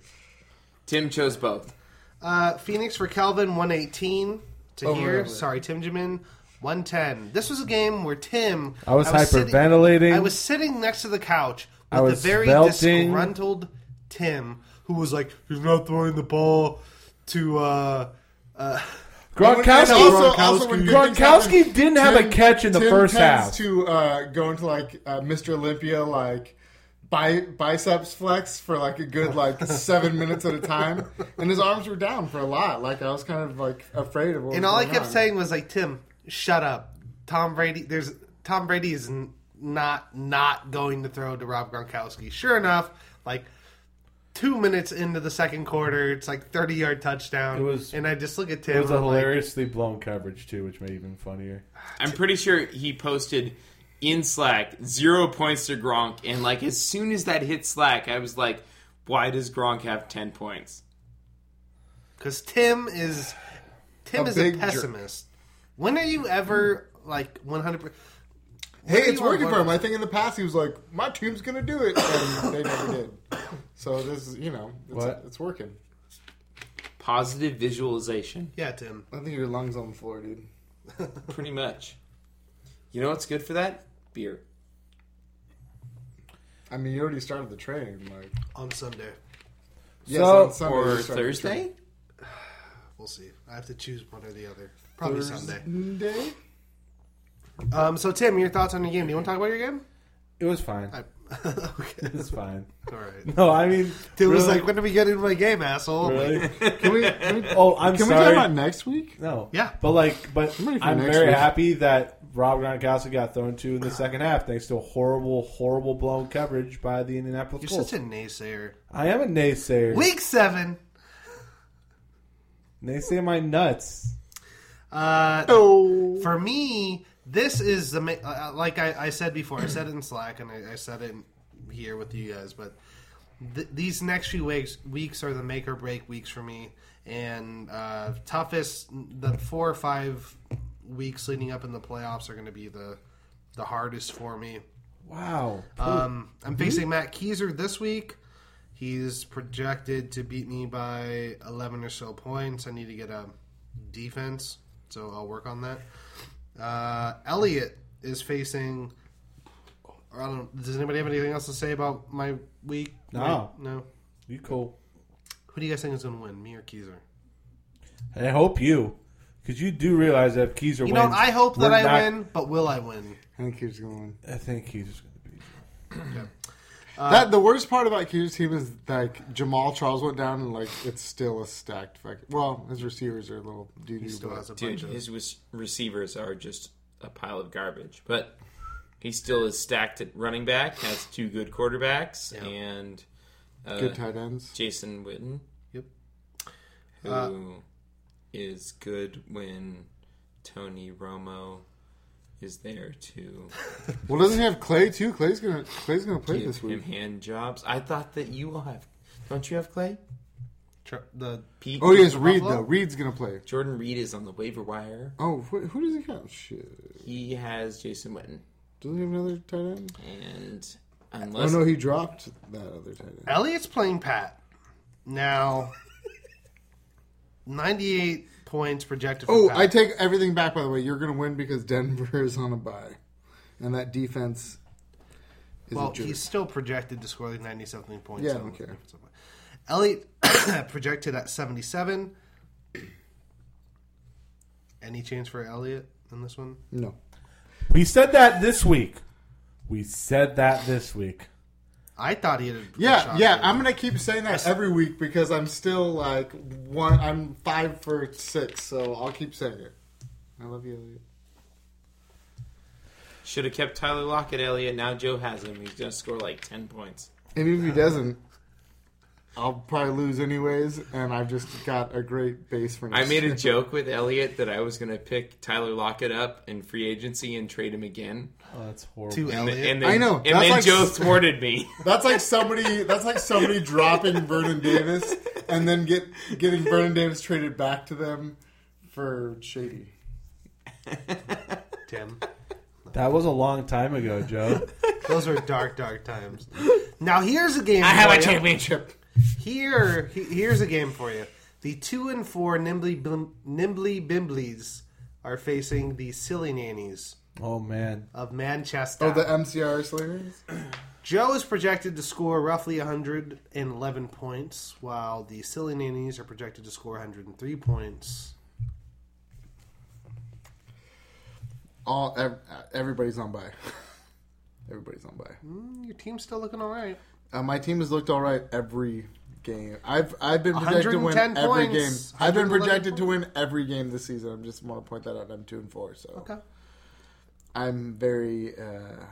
Speaker 10: Tim chose both.
Speaker 11: Uh, Phoenix for Calvin, 118 to
Speaker 9: Over
Speaker 11: here.
Speaker 9: and over.
Speaker 11: Sorry, Tim Jamin, 110. This was a game where Tim.
Speaker 4: I was
Speaker 11: sitting-
Speaker 4: hyperventilating.
Speaker 11: I was sitting next to the couch
Speaker 4: I
Speaker 11: with the
Speaker 4: was
Speaker 11: very
Speaker 4: smelting.
Speaker 11: disgruntled Tim, who was like, he's not throwing the ball to. Uh, uh,
Speaker 4: Gronkowski,
Speaker 9: Oh, And also, also when good things
Speaker 4: Gronkowski
Speaker 9: happen,
Speaker 4: didn't have a catch in the
Speaker 9: Tim
Speaker 4: first
Speaker 9: tends
Speaker 4: half.
Speaker 9: To uh, go into like uh, Mr. Olympia, like bi- biceps flex for like a good like seven minutes at a time, and his arms were down for a lot. Like I was kind of like afraid of. What
Speaker 11: and
Speaker 9: was
Speaker 11: all I
Speaker 9: going
Speaker 11: kept
Speaker 9: on.
Speaker 11: saying was like, Tim, shut up. Tom Brady, there's Tom Brady is n- not not going to throw to Rob Gronkowski. Sure enough, like two minutes into the second quarter, it's like thirty yard touchdown.
Speaker 4: It was-
Speaker 11: and I just look at Tim.
Speaker 4: It was
Speaker 11: and
Speaker 4: a
Speaker 11: I'm like,
Speaker 4: hilariously blown coverage too, which made it even funnier.
Speaker 10: I'm pretty sure he posted in Slack zero points to Gronk, and like as soon as that hit Slack, I was like, "Why does Gronk have ten points?"
Speaker 11: Because Tim is Tim
Speaker 9: A
Speaker 11: is a
Speaker 9: big jerk.
Speaker 11: pessimist. When are you ever like one hundred?
Speaker 9: "Hey, it's working for him." I think in the past he was like, "My team's gonna do it," and they never did. So this is, you know,
Speaker 4: What?
Speaker 9: it's, it's working.
Speaker 10: Positive visualization,
Speaker 11: Yeah, Tim.
Speaker 9: I think your lungs on the floor, dude.
Speaker 10: pretty much. You know what's good for that? Beer.
Speaker 9: I mean, you already started the train, like.
Speaker 11: On Sunday,
Speaker 9: Yes,
Speaker 4: So-
Speaker 9: on Sunday
Speaker 10: Or
Speaker 9: you start the train.
Speaker 10: Thursday?
Speaker 11: we'll see. I have to choose one or the other. Probably Sunday.
Speaker 9: Sunday?
Speaker 11: Um. So Tim, your thoughts on the game? Do you want to talk about your game?
Speaker 4: It was fine.
Speaker 11: I, okay.
Speaker 4: It was fine.
Speaker 11: All right.
Speaker 4: No, I mean,
Speaker 11: Tim was
Speaker 4: really-
Speaker 11: like, "When do we get into my game, asshole?" I'm like,
Speaker 4: really?
Speaker 9: Can we? Can we
Speaker 4: Oh, I'm
Speaker 9: Can
Speaker 4: sorry.
Speaker 9: we talk about next week?
Speaker 4: no,
Speaker 11: Yeah.
Speaker 4: but like, but
Speaker 9: I'm ready for
Speaker 4: I'm
Speaker 9: next
Speaker 4: very
Speaker 9: week.
Speaker 4: happy that Rob Gronkowski got thrown to in the second half thanks to horrible, horrible blown coverage by the Indianapolis
Speaker 11: You're
Speaker 4: Colts.
Speaker 11: such a naysayer.
Speaker 4: I am a naysayer.
Speaker 11: Week seven.
Speaker 4: Naysay my nuts.
Speaker 11: Uh,
Speaker 9: Oh.
Speaker 11: For me, this is the ma-
Speaker 8: uh,
Speaker 11: uh, like I, I said before. I said it in Slack, and I, I said it in here with you guys. But
Speaker 8: th- these next few weeks weeks are the make or break weeks for me. And uh, toughest, the four or five weeks leading up in the playoffs are going to be the the hardest for me.
Speaker 4: Wow.
Speaker 11: Uh,
Speaker 8: Um, I'm
Speaker 4: Really?
Speaker 8: facing Matt Kieser this week. He's projected to beat me by 11 or so points. I need to get a defense, so I'll work on that. Uh, Elliot is facing. I don't. Does anybody have anything else to say about my week?
Speaker 4: No.
Speaker 8: My- no.
Speaker 4: You cool?
Speaker 8: Who do you guys think is going to win, me or Kieser?
Speaker 4: And I hope you, because you do realize that if Keys are
Speaker 8: You know,
Speaker 4: winning,
Speaker 8: I hope that
Speaker 4: we're
Speaker 8: I
Speaker 4: not-
Speaker 8: win, but will I win?
Speaker 9: I think he's going.
Speaker 4: I think he's just going to be.
Speaker 8: Uh,
Speaker 9: that the worst part about Q's team is like Jamal Charles went down and like it's still a stacked. Fuck, well, his receivers are a little doo doo.
Speaker 10: Dude, his was- receivers are just a pile of garbage. But he still is stacked at running back, has two good quarterbacks, and uh,
Speaker 9: Good tight ends.
Speaker 10: Jason Witten.
Speaker 8: Yep.
Speaker 10: who is
Speaker 8: Uh,
Speaker 10: good when Tony Romo is there to
Speaker 9: Well, doesn't he have Clay too? Clay's gonna Clay's gonna play
Speaker 10: give
Speaker 9: this
Speaker 10: him
Speaker 9: week.
Speaker 10: hand jobs. I thought that you all have. Don't you have Clay?
Speaker 8: the
Speaker 10: Pete.
Speaker 9: Oh, he has Reed though. Reed's gonna play.
Speaker 10: Jordan Reed is on the waiver wire.
Speaker 9: Oh, wh- who does he have? Shit.
Speaker 10: He has Jason Witten,
Speaker 9: Doesn't he have another tight end?
Speaker 10: and unless
Speaker 9: oh no, he dropped that other tight end.
Speaker 8: Elliot's playing Pat. Now, 98 points projected for
Speaker 9: Oh,
Speaker 8: Pat.
Speaker 9: I take everything back. By the way, you're gonna win because Denver is on a bye, and that defense is
Speaker 8: well,
Speaker 9: a jerk.
Speaker 8: he's still projected to score like 90 something points.
Speaker 9: Yeah, I
Speaker 8: so-
Speaker 9: don't care.
Speaker 8: Elliott projected at 77. Any chance for Elliott in this one?
Speaker 9: No.
Speaker 4: We said that this week. We said that this week.
Speaker 8: I thought he had. A good
Speaker 9: Yeah,
Speaker 8: shot.
Speaker 9: yeah. I'm gonna keep saying that every week because I'm still like one. I'm five for six, so I'll keep saying it. I love you, Elliot.
Speaker 10: should have kept Tyler Lockett, Elliott. Now Joe has him. He's gonna score like ten points.
Speaker 9: And even if he doesn't, I'll probably lose anyways. And I've just got a great base for.
Speaker 10: I
Speaker 9: Next
Speaker 10: made a
Speaker 9: year.
Speaker 10: joke with Elliot that I was going to pick Tyler Lockett up in free agency and trade him again.
Speaker 4: Oh, that's horrible.
Speaker 10: And,
Speaker 4: To
Speaker 10: then-
Speaker 4: Elliott?
Speaker 10: and then,
Speaker 9: I know.
Speaker 10: And
Speaker 9: That's
Speaker 10: then
Speaker 9: like-
Speaker 10: Joe thwarted me.
Speaker 9: That's like somebody. That's like somebody dropping Vernon Davis and then get getting Vernon Davis traded back to them for Shady.
Speaker 8: Tim.
Speaker 4: That was a long time ago, Joe.
Speaker 8: Those are dark, dark times. Now here's a game.
Speaker 4: I have
Speaker 8: for
Speaker 4: a
Speaker 8: you.
Speaker 10: championship.
Speaker 8: Here, he- here's a game for you. The two and four nimbly Bim- nimbly bimblies are facing the silly nannies
Speaker 4: oh man.
Speaker 8: of Manchester.
Speaker 9: Oh, the MCR slingers.
Speaker 8: Joe is projected to score roughly 111 points, while the silly nannies are projected to score 103 points.
Speaker 9: All ev- everybody's on by. Everybody's on by.
Speaker 8: Mm, your team's still looking all right.
Speaker 9: Uh, my team has looked all right every game. I've I've been projected to win
Speaker 8: 110
Speaker 9: every
Speaker 8: points.
Speaker 9: game. I've been
Speaker 8: 111
Speaker 9: projected to win every game this season. I am just want to point that out. I'm two and four, so
Speaker 8: Okay.
Speaker 9: I'm very. Uh,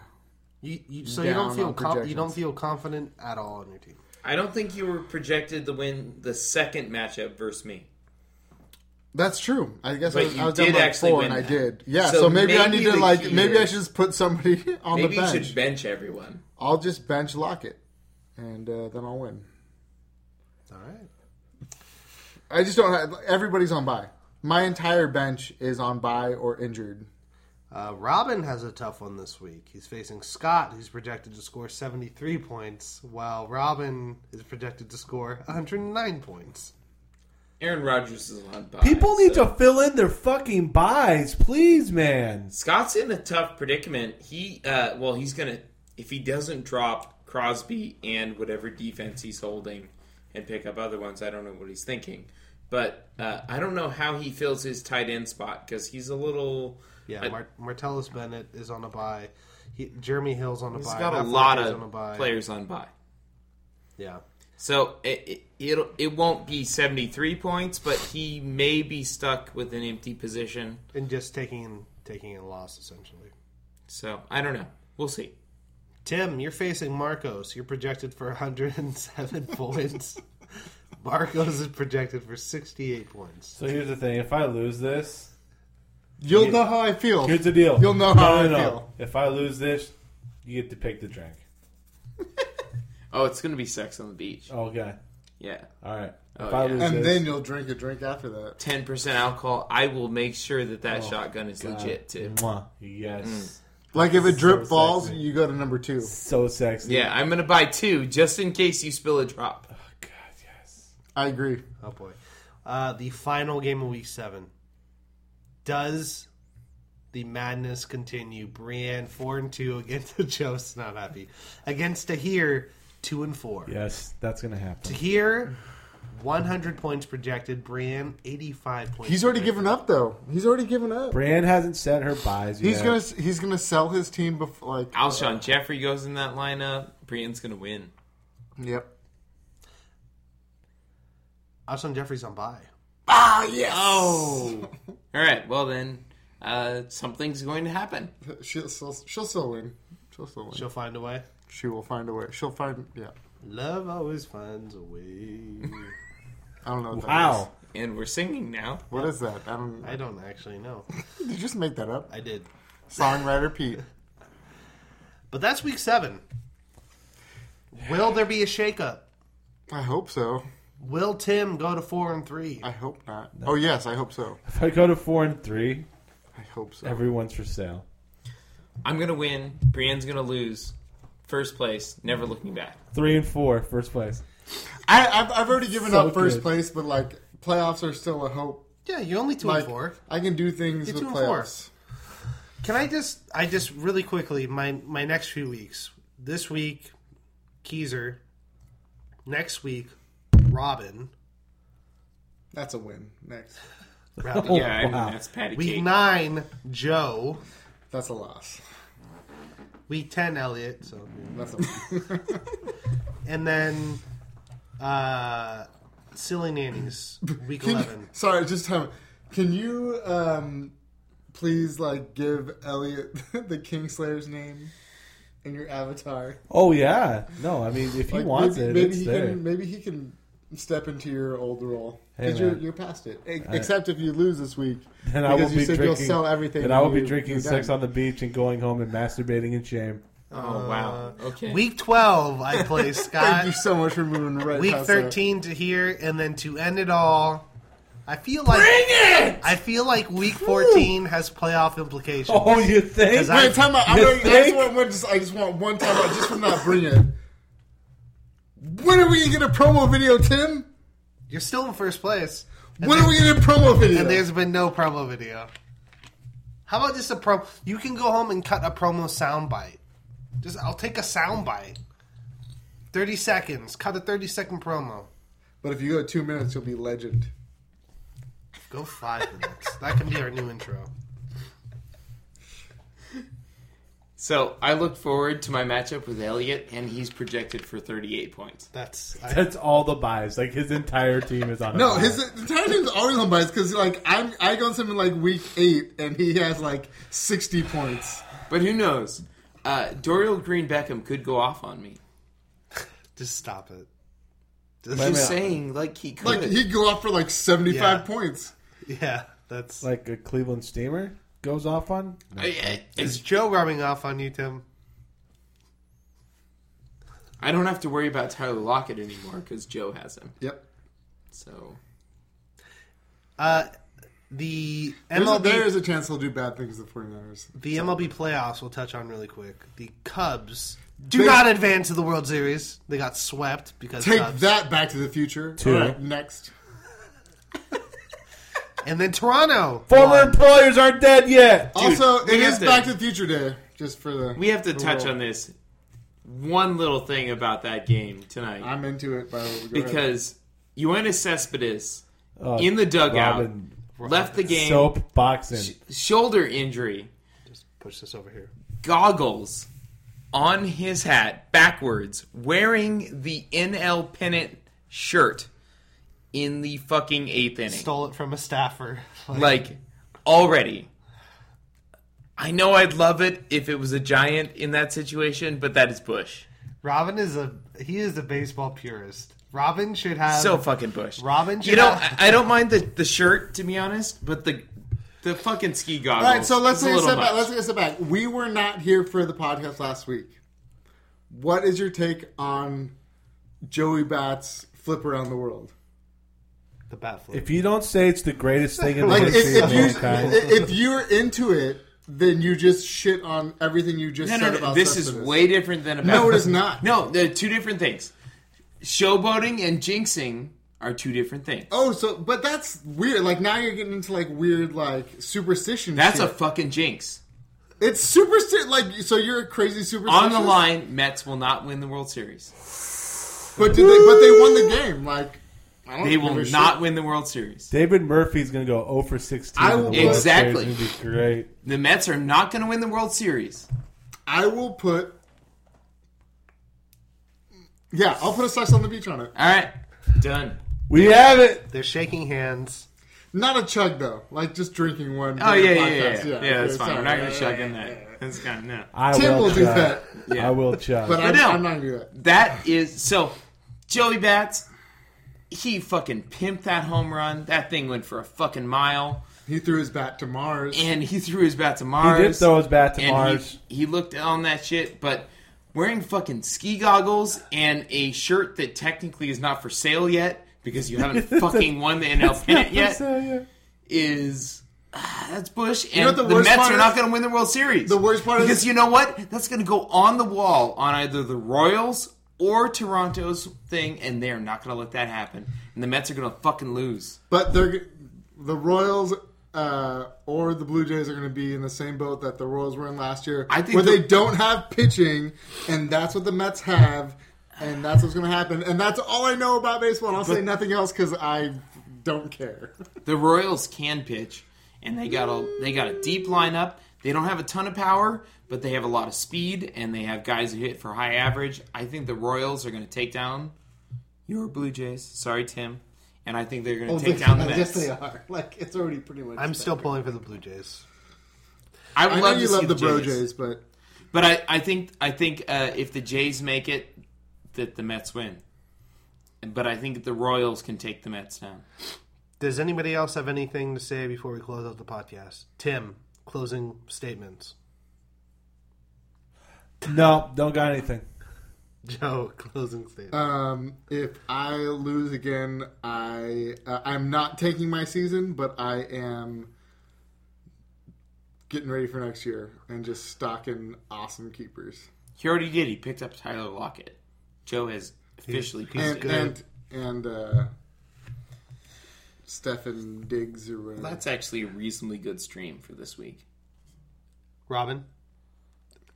Speaker 8: You, you, so you don't
Speaker 9: down
Speaker 8: feel
Speaker 9: on
Speaker 8: com- you don't
Speaker 9: projections.
Speaker 8: feel confident at all on your team.
Speaker 10: I don't think you were projected to win the second matchup versus me.
Speaker 9: That's true. I guess I
Speaker 10: But
Speaker 9: was,
Speaker 10: you
Speaker 9: I was
Speaker 10: did
Speaker 9: down by
Speaker 10: actually
Speaker 9: four,
Speaker 10: win
Speaker 9: and I
Speaker 10: that.
Speaker 9: did. Yeah,
Speaker 10: So
Speaker 9: so, maybe, I
Speaker 10: maybe
Speaker 9: need
Speaker 10: the
Speaker 9: to like
Speaker 10: key
Speaker 9: maybe I
Speaker 10: is-
Speaker 9: should just put somebody on
Speaker 10: Maybe
Speaker 9: the
Speaker 10: you
Speaker 9: bench.
Speaker 10: should bench everyone.
Speaker 9: I'll just bench Lockett, and uh, then I'll win.
Speaker 8: All right.
Speaker 9: I just don't. Have, everybody's on by. My entire bench is on by or injured.
Speaker 8: Uh, Robin has a tough one this week. He's facing Scott, who's projected to score 73 points, while Robin is projected to score 109 points.
Speaker 10: Aaron Rodgers is on bye.
Speaker 4: People need
Speaker 10: so-
Speaker 4: to fill in their fucking buys, please, man.
Speaker 10: Scott's in a tough predicament. He, uh, well, he's gonna if he doesn't drop Crosby and whatever defense he's holding and pick up other ones. I don't know what he's thinking, but uh, I don't know how he fills his tight end spot because he's a little.
Speaker 8: Yeah,
Speaker 10: I-
Speaker 8: Mar- Martellus Bennett is on a bye. He, Jeremy Hill's on a
Speaker 10: he's
Speaker 8: bye.
Speaker 10: got a
Speaker 8: Matt
Speaker 10: lot
Speaker 8: Forte's on a
Speaker 10: of
Speaker 8: bye.
Speaker 10: players on bye,
Speaker 8: Yeah.
Speaker 10: so it, it it'll, it won't be seventy three points, but he may be stuck with an empty position.
Speaker 8: And just taking taking a loss essentially.
Speaker 10: So I don't know. We'll see.
Speaker 8: Tim, you're facing Marcos. You're projected for 107 points. Marcos is projected for 68 points.
Speaker 4: So here's the thing: if I lose this,
Speaker 9: You'll
Speaker 4: Yeah.
Speaker 9: know how I feel.
Speaker 4: here's the deal.
Speaker 9: You'll know
Speaker 4: No, no,
Speaker 9: how I
Speaker 4: no.
Speaker 9: feel.
Speaker 4: If I lose this, you get to pick the drink.
Speaker 10: Oh, it's gonna be sex on the beach.
Speaker 4: Okay.
Speaker 10: Yeah.
Speaker 4: All right.
Speaker 10: Oh,
Speaker 9: and then you'll drink a drink after that.
Speaker 10: ten percent alcohol. I will make sure that that
Speaker 9: Oh,
Speaker 10: shotgun is
Speaker 9: God.
Speaker 10: legit too.
Speaker 4: uh,
Speaker 10: Mm.
Speaker 4: Mwah. Yes.
Speaker 9: Like if a drip
Speaker 4: So
Speaker 9: falls, you go to number two.
Speaker 4: So sexy.
Speaker 10: Yeah, I'm gonna buy two just in case you spill a drop.
Speaker 9: I agree.
Speaker 8: Oh boy, uh, the final game of week seven. Does the madness continue? Brienne four and two against Joe's not happy against Tahir two and four.
Speaker 4: Yes, that's gonna happen.
Speaker 8: Tahir one hundred points projected. Brienne eighty five points.
Speaker 9: He's already given up though. He's already given up.
Speaker 4: Brand hasn't set her buys
Speaker 9: He's
Speaker 4: yet.
Speaker 9: gonna he's gonna sell his team before like
Speaker 10: Alshon Jeffrey goes in that lineup. Brienne's gonna win.
Speaker 9: Yep.
Speaker 8: Alshon Jeffrey's on bye.
Speaker 10: Ah yes. Oh. All right. Well then, uh, something's going to happen.
Speaker 9: She'll still, she'll still win. She'll still win.
Speaker 8: She'll find a way.
Speaker 9: She will find a way. She'll find yeah.
Speaker 8: Love always finds a way.
Speaker 9: I don't know. What
Speaker 8: Wow.
Speaker 10: And we're singing now.
Speaker 9: What is that? I don't.
Speaker 8: I don't actually know.
Speaker 9: Did you just make that up?
Speaker 8: I did.
Speaker 9: Songwriter Pete.
Speaker 8: But that's week seven. Will there be a shakeup?
Speaker 9: I hope so.
Speaker 8: Will Tim go to four and three? I
Speaker 9: hope not. Oh yes, I hope so.
Speaker 4: If I go to four and three,
Speaker 9: I hope so.
Speaker 4: Everyone's for sale.
Speaker 10: I'm gonna win. Brienne's gonna lose. First place. Never looking back.
Speaker 4: Three and four, first place.
Speaker 9: I I've, I've already given
Speaker 4: So
Speaker 9: up first
Speaker 4: good.
Speaker 9: place, but like playoffs are still a hope.
Speaker 8: Yeah, you're only two
Speaker 9: like,
Speaker 8: and four.
Speaker 9: I can do things
Speaker 8: You're
Speaker 9: with
Speaker 8: two and four.
Speaker 9: playoffs.
Speaker 8: Can I just I just really quickly my my next few weeks. This week, Keezer. Next week, Robin.
Speaker 9: That's a win. Next.
Speaker 8: Robin.
Speaker 9: Yeah, I mean, Wow. that's patty
Speaker 8: Week
Speaker 9: cake.
Speaker 8: nine, Joe.
Speaker 9: That's a loss.
Speaker 8: Week ten, Elliot. So
Speaker 9: that's a
Speaker 8: and then uh Silly Nannies, week
Speaker 9: Can you-
Speaker 8: eleven.
Speaker 9: sorry, just time. Can you um, please like give Elliot the Kingslayer's name in your avatar?
Speaker 4: Oh yeah. No, I mean if he
Speaker 9: Like,
Speaker 4: wants
Speaker 9: maybe,
Speaker 4: it,
Speaker 9: maybe
Speaker 4: it's
Speaker 9: he
Speaker 4: there.
Speaker 9: can. Maybe he can step into your old role
Speaker 4: Hey,
Speaker 9: because you're
Speaker 4: man.
Speaker 9: you're past it. E-
Speaker 4: I-
Speaker 9: Except if you lose this week,
Speaker 4: Then I
Speaker 9: because
Speaker 4: will
Speaker 9: you
Speaker 4: be
Speaker 9: said
Speaker 4: drinking.
Speaker 9: you'll sell everything.
Speaker 4: then I will be
Speaker 9: you-
Speaker 4: drinking
Speaker 9: you're
Speaker 4: sex
Speaker 9: done.
Speaker 4: on the beach and going home and masturbating in shame.
Speaker 10: Oh wow. Okay.
Speaker 8: Week twelve, I play Scott.
Speaker 9: Thank you so much for moving right.
Speaker 8: Week
Speaker 9: past that.
Speaker 8: thirteen to here, and then to end it all, I feel like I feel like week fourteen has playoff implications.
Speaker 4: Oh, you think?
Speaker 9: Wait,
Speaker 8: 'Cause I-
Speaker 9: time out. I,
Speaker 8: You
Speaker 9: don't- I just
Speaker 8: think?
Speaker 9: want one. Just, I just want one time out, just for not bringing it. When are we gonna get a promo video, Tim?
Speaker 8: You're still in first place.
Speaker 9: When are we gonna get a promo video?
Speaker 8: And there's been no promo video. How about just a pro? You can go home and cut a promo soundbite. Just I'll take a soundbite. Thirty seconds. Cut a thirty second promo.
Speaker 9: But if you go two minutes, you'll be legend.
Speaker 8: Go five minutes. That can be our new intro.
Speaker 10: So I look forward to my matchup with Elliot, and he's projected for 38 points.
Speaker 8: That's
Speaker 4: That's all the buys. Like his entire team is on. a
Speaker 9: No,
Speaker 4: buy.
Speaker 9: his entire team's always on bias because like I'm I go to him in like week eight and he has like sixty points.
Speaker 10: But who knows? Uh, Dorial Green Beckham could go off on me.
Speaker 8: Just stop it.
Speaker 10: I'm
Speaker 4: Wait a
Speaker 10: just
Speaker 4: minute.
Speaker 10: saying, like he could.
Speaker 9: Like he'd go off for like seventy five points.
Speaker 8: Yeah, that's
Speaker 4: like a Cleveland steamer goes off on.
Speaker 8: Is Joe rubbing off on you, Tim?
Speaker 10: I don't have to worry about Tyler Lockett anymore because Joe has him.
Speaker 9: Yep.
Speaker 10: So
Speaker 8: Uh, the
Speaker 9: There's a,
Speaker 8: MLB
Speaker 9: there is a chance he'll do bad things to the 49ers.
Speaker 8: the MLB playoffs we'll touch on really quick. The Cubs do
Speaker 9: They-
Speaker 8: not advance to the World Series. They got swept because
Speaker 9: Take
Speaker 8: Cubs.
Speaker 9: that back to the future.
Speaker 4: Two.
Speaker 9: All right, next.
Speaker 8: and then Toronto.
Speaker 4: Former employers aren't dead yet.
Speaker 9: also,
Speaker 10: we
Speaker 9: it
Speaker 10: have
Speaker 9: is
Speaker 10: to-
Speaker 9: Back to the Future Day. Just for the
Speaker 10: we have to
Speaker 9: the
Speaker 10: touch
Speaker 9: roll.
Speaker 10: on this one little thing about that game tonight
Speaker 9: I'm into it by the way. Go ahead.
Speaker 10: because Ioannis Cespedes
Speaker 4: Oh,
Speaker 10: in the dugout
Speaker 4: Robin.
Speaker 10: left the game
Speaker 4: Soap boxing.
Speaker 10: sh- shoulder injury.
Speaker 8: Push this over here.
Speaker 10: goggles on his hat backwards, wearing the NL pennant shirt in the fucking eighth inning.
Speaker 8: Stole it from a staffer.
Speaker 10: Like, already. I know I'd love it if it was a giant in that situation, but that is Bush.
Speaker 8: Robin is a he is a baseball purist. Robin should have
Speaker 10: So fucking Bush.
Speaker 8: Um, Robin should
Speaker 10: You know, I,
Speaker 8: have,
Speaker 10: I don't mind the, the shirt, to be honest, but the the fucking ski
Speaker 9: All
Speaker 10: goggles.
Speaker 9: right, so let's
Speaker 10: is a
Speaker 9: take a
Speaker 10: little
Speaker 9: step back.
Speaker 10: much.
Speaker 9: Let's take a step back. We were not here for the podcast last week. What is your take on Joey Bats flip around the world.
Speaker 8: The bat flip.
Speaker 11: If you don't say it's the greatest thing in the
Speaker 9: Like if,
Speaker 11: history
Speaker 9: if
Speaker 11: of
Speaker 9: you
Speaker 11: mankind,
Speaker 9: if you're into it, then you just shit on everything you just
Speaker 10: No,
Speaker 9: said
Speaker 10: no, no.
Speaker 9: about
Speaker 10: This is
Speaker 9: substances.
Speaker 10: way different than a
Speaker 9: No,
Speaker 10: bat
Speaker 9: it is
Speaker 10: flip.
Speaker 9: not.
Speaker 10: No, they're two different things. Showboating and jinxing are two different things.
Speaker 9: Oh, so but that's weird. Like now you're getting into like weird like superstition.
Speaker 10: That's a
Speaker 9: shit.
Speaker 10: fucking jinx.
Speaker 9: It's superstition. Like so, you're a crazy superstition.
Speaker 10: On the line, Mets will not win the World Series.
Speaker 9: but did they? But they won the game. Like I don't
Speaker 10: They
Speaker 9: give
Speaker 10: will
Speaker 9: a
Speaker 10: not
Speaker 9: shit.
Speaker 10: win the World Series.
Speaker 11: David Murphy's going to go 0 for 16.
Speaker 10: I
Speaker 11: in the
Speaker 10: will-
Speaker 11: World Series.
Speaker 10: Exactly.
Speaker 11: It's gonna be great.
Speaker 10: The Mets are not going to win the World Series.
Speaker 9: I will put. Yeah, I'll put a slice on the beach on it.
Speaker 10: All right, done.
Speaker 11: We have it.
Speaker 8: They're shaking hands.
Speaker 9: Not a chug though. Like just drinking one.
Speaker 10: Oh
Speaker 9: during
Speaker 10: yeah,
Speaker 9: the
Speaker 10: yeah, yeah,
Speaker 9: podcast.
Speaker 10: yeah. Yeah, that's
Speaker 9: okay,
Speaker 10: fine.
Speaker 9: sorry.
Speaker 10: We're not going to chuck in that. That's kind of no.
Speaker 11: I
Speaker 9: Tim will do
Speaker 11: chug.
Speaker 9: that.
Speaker 11: I will chug.
Speaker 9: But I'm-
Speaker 10: no,
Speaker 9: I'm not gonna do that.
Speaker 10: That is so. Joey Bats, he fucking pimped that home run. That thing went for a fucking mile.
Speaker 9: He threw his bat to Mars,
Speaker 10: and he threw his bat to Mars.
Speaker 11: throw his bat to
Speaker 10: and he-
Speaker 11: Mars.
Speaker 10: He, looked on that shit, but wearing fucking ski goggles and a shirt that technically is not for sale yet because you haven't fucking won the NL pennant yet is ah, that's Bush, and
Speaker 9: You know what
Speaker 10: the,
Speaker 9: the worst
Speaker 10: Mets
Speaker 9: part
Speaker 10: are not
Speaker 9: is?
Speaker 10: going to win the World Series.
Speaker 9: The worst part is-
Speaker 10: because you know what? That's going to go on the wall on either the Royals or Toronto's thing, and they are not going to let that happen. And the Mets are going to fucking lose.
Speaker 9: but they're g- the Royals uh, or the Blue Jays are going to be in the same boat that the Royals were in last year,
Speaker 10: I think
Speaker 9: where
Speaker 10: the-
Speaker 9: they don't have pitching, and that's what the Mets have, and that's what's going to happen, and that's all I know about baseball, and I'll say nothing else because I don't care.
Speaker 10: The Royals can pitch, and they got a they got a deep lineup. They don't have a ton of power, but they have a lot of speed, and they have guys who hit for high average. I think the Royals are going to take down your Blue Jays. Sorry, Tim, and I think they're
Speaker 9: Oh,
Speaker 10: going to take down the
Speaker 9: yes,
Speaker 10: Mets.
Speaker 9: they are. Like it's already pretty much.
Speaker 8: I'm still pulling for the Blue Jays.
Speaker 10: I would
Speaker 9: I know
Speaker 10: love
Speaker 9: you
Speaker 10: to
Speaker 9: love
Speaker 10: see
Speaker 9: the Bro
Speaker 10: Jays.
Speaker 9: Jays, but
Speaker 10: But I, I think I think uh, if the Jays make it, that the Mets win. But I think the Royals can take the Mets down.
Speaker 8: Does anybody else have anything to say before we close out the podcast? Tim, closing statements.
Speaker 11: No, don't got anything.
Speaker 8: Joe, closing statements.
Speaker 9: Um, if I lose again, I uh, I'm not taking my season, but I am getting ready for next year and just stocking awesome keepers.
Speaker 10: He already did. He picked up Tyler Lockett. Joe has officially picked
Speaker 9: and,
Speaker 10: it.
Speaker 9: and and uh, Stefan Diggs or whatever.
Speaker 10: That's actually a reasonably good stream for this week.
Speaker 8: Robin,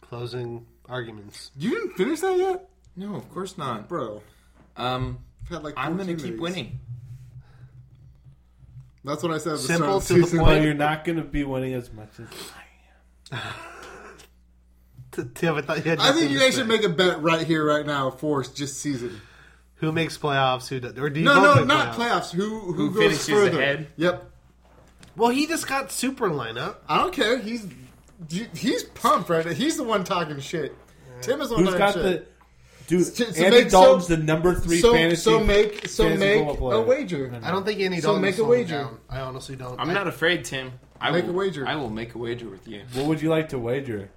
Speaker 8: closing arguments.
Speaker 9: You didn't finish that yet,
Speaker 10: No, of course not,
Speaker 9: bro.
Speaker 10: Um,
Speaker 9: I've had like
Speaker 10: I'm gonna
Speaker 9: 14
Speaker 10: keep
Speaker 9: of these.
Speaker 10: winning.
Speaker 9: That's what I said. At the
Speaker 8: Simple
Speaker 9: start
Speaker 8: to
Speaker 9: of
Speaker 8: the
Speaker 9: season.
Speaker 11: Well, you're not going to be winning as much as
Speaker 8: T- Tim, I thought you had.
Speaker 9: I think
Speaker 8: nothing
Speaker 9: you
Speaker 8: to
Speaker 9: guys
Speaker 8: say.
Speaker 9: should make a bet right here, right now for just season.
Speaker 8: Who makes playoffs? Who does? Or do you
Speaker 9: No,
Speaker 8: both
Speaker 9: no,
Speaker 8: make
Speaker 9: not
Speaker 8: playoffs?
Speaker 9: playoffs. Who who,
Speaker 10: Who
Speaker 9: goes
Speaker 10: finishes
Speaker 9: further?
Speaker 10: ahead?
Speaker 9: Yep.
Speaker 8: Well, he just got super lineup.
Speaker 9: I don't care. He's he's pumped right now. He's the one talking shit. Tim is the one
Speaker 11: Who's
Speaker 9: talking
Speaker 11: got
Speaker 9: shit.
Speaker 11: the dude?
Speaker 9: So- so
Speaker 11: Andy
Speaker 9: make- so-
Speaker 11: Dalton's the number three
Speaker 9: so,
Speaker 11: fantasy.
Speaker 9: so make so
Speaker 11: fantasy
Speaker 9: make
Speaker 11: football player.
Speaker 9: a wager.
Speaker 8: I don't think any.
Speaker 9: So
Speaker 8: Dalton's
Speaker 9: make a
Speaker 8: slowing
Speaker 9: wager.
Speaker 8: down. I honestly don't.
Speaker 10: I'm
Speaker 8: I-
Speaker 10: not afraid, Tim. I
Speaker 9: Make
Speaker 10: will,
Speaker 9: a wager.
Speaker 10: I will make a wager with you.
Speaker 11: What would you like to wager?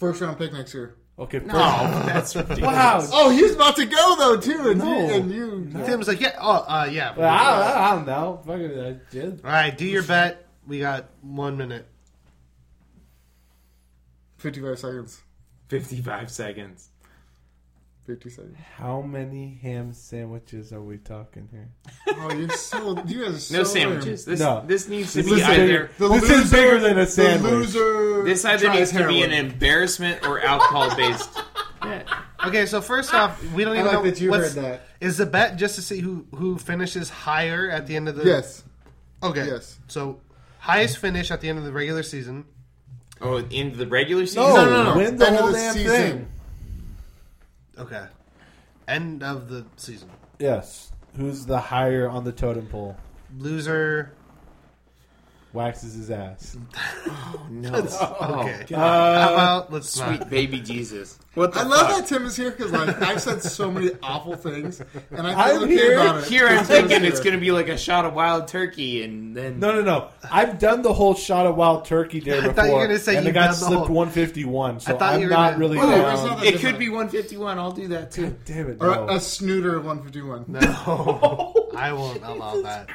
Speaker 9: First round pick next year.
Speaker 11: Okay, first,
Speaker 10: Oh, that's ridiculous.
Speaker 11: wow.
Speaker 9: Oh, he's about to go though too, and
Speaker 11: No.
Speaker 9: you and you.
Speaker 8: Tim's like, yeah, oh, uh, yeah.
Speaker 11: Well, I, don't, I don't know. Fucking, I did.
Speaker 8: All right, do your bet. We got one minute.
Speaker 9: Fifty-five seconds.
Speaker 10: 55 seconds.
Speaker 9: Fifty seconds.
Speaker 11: How many ham sandwiches are we talking here?
Speaker 9: Oh, you're so you guys are so
Speaker 10: No
Speaker 9: lame.
Speaker 10: sandwiches. This
Speaker 11: No.
Speaker 10: this needs to
Speaker 11: This
Speaker 10: be
Speaker 11: is bigger,
Speaker 10: either
Speaker 9: The
Speaker 11: this is
Speaker 9: loser-
Speaker 11: bigger than a
Speaker 9: The
Speaker 11: sandwich.
Speaker 9: loser.
Speaker 10: this either
Speaker 9: tries
Speaker 10: needs to be
Speaker 9: heroin.
Speaker 10: an embarrassment or alcohol based.
Speaker 8: Okay, so first
Speaker 9: Ah.
Speaker 8: off, we don't
Speaker 9: I
Speaker 8: even
Speaker 9: like
Speaker 8: know
Speaker 9: that you
Speaker 8: what's-
Speaker 9: heard that.
Speaker 8: Is the bet just to see who who finishes higher at the end of the?
Speaker 9: Yes.
Speaker 8: Okay.
Speaker 9: Yes.
Speaker 8: So highest finish at the end of the regular season.
Speaker 10: Oh, in the regular season?
Speaker 9: no, no.
Speaker 11: Win the
Speaker 9: End of
Speaker 11: whole
Speaker 9: the
Speaker 11: damn
Speaker 9: season.
Speaker 11: thing.
Speaker 8: Okay. End of the season.
Speaker 11: Yes. Who's the higher on the totem pole?
Speaker 8: Loser
Speaker 4: waxes his ass.
Speaker 10: Oh, no.
Speaker 4: That's-
Speaker 10: Oh,
Speaker 4: okay.
Speaker 10: God.
Speaker 4: Uh,
Speaker 10: How about-
Speaker 9: let's-
Speaker 10: Sweet baby Jesus.
Speaker 9: I love that Tim is here because like I've said so many awful things, and I feel
Speaker 10: I'm
Speaker 9: okay
Speaker 10: here.
Speaker 9: about it.
Speaker 10: Here I'm
Speaker 9: Because Tim's
Speaker 10: thinking it's
Speaker 9: here.
Speaker 10: going to be like a shot of wild turkey, and then
Speaker 4: Uh, No, no, no. I've done the whole shot of wild turkey there
Speaker 10: I
Speaker 4: before,
Speaker 10: thought you were gonna say
Speaker 4: and
Speaker 10: you've
Speaker 4: it got
Speaker 10: done the
Speaker 4: slipped
Speaker 10: whole-
Speaker 4: 151. So
Speaker 10: I thought
Speaker 4: I'm
Speaker 10: you were
Speaker 4: not
Speaker 10: gonna-
Speaker 4: really.
Speaker 10: Oh,
Speaker 4: down.
Speaker 10: it could be 151. I'll do that too.
Speaker 4: damn it!
Speaker 9: Or a, a snooter of 151.
Speaker 10: No,
Speaker 8: I won't allow that.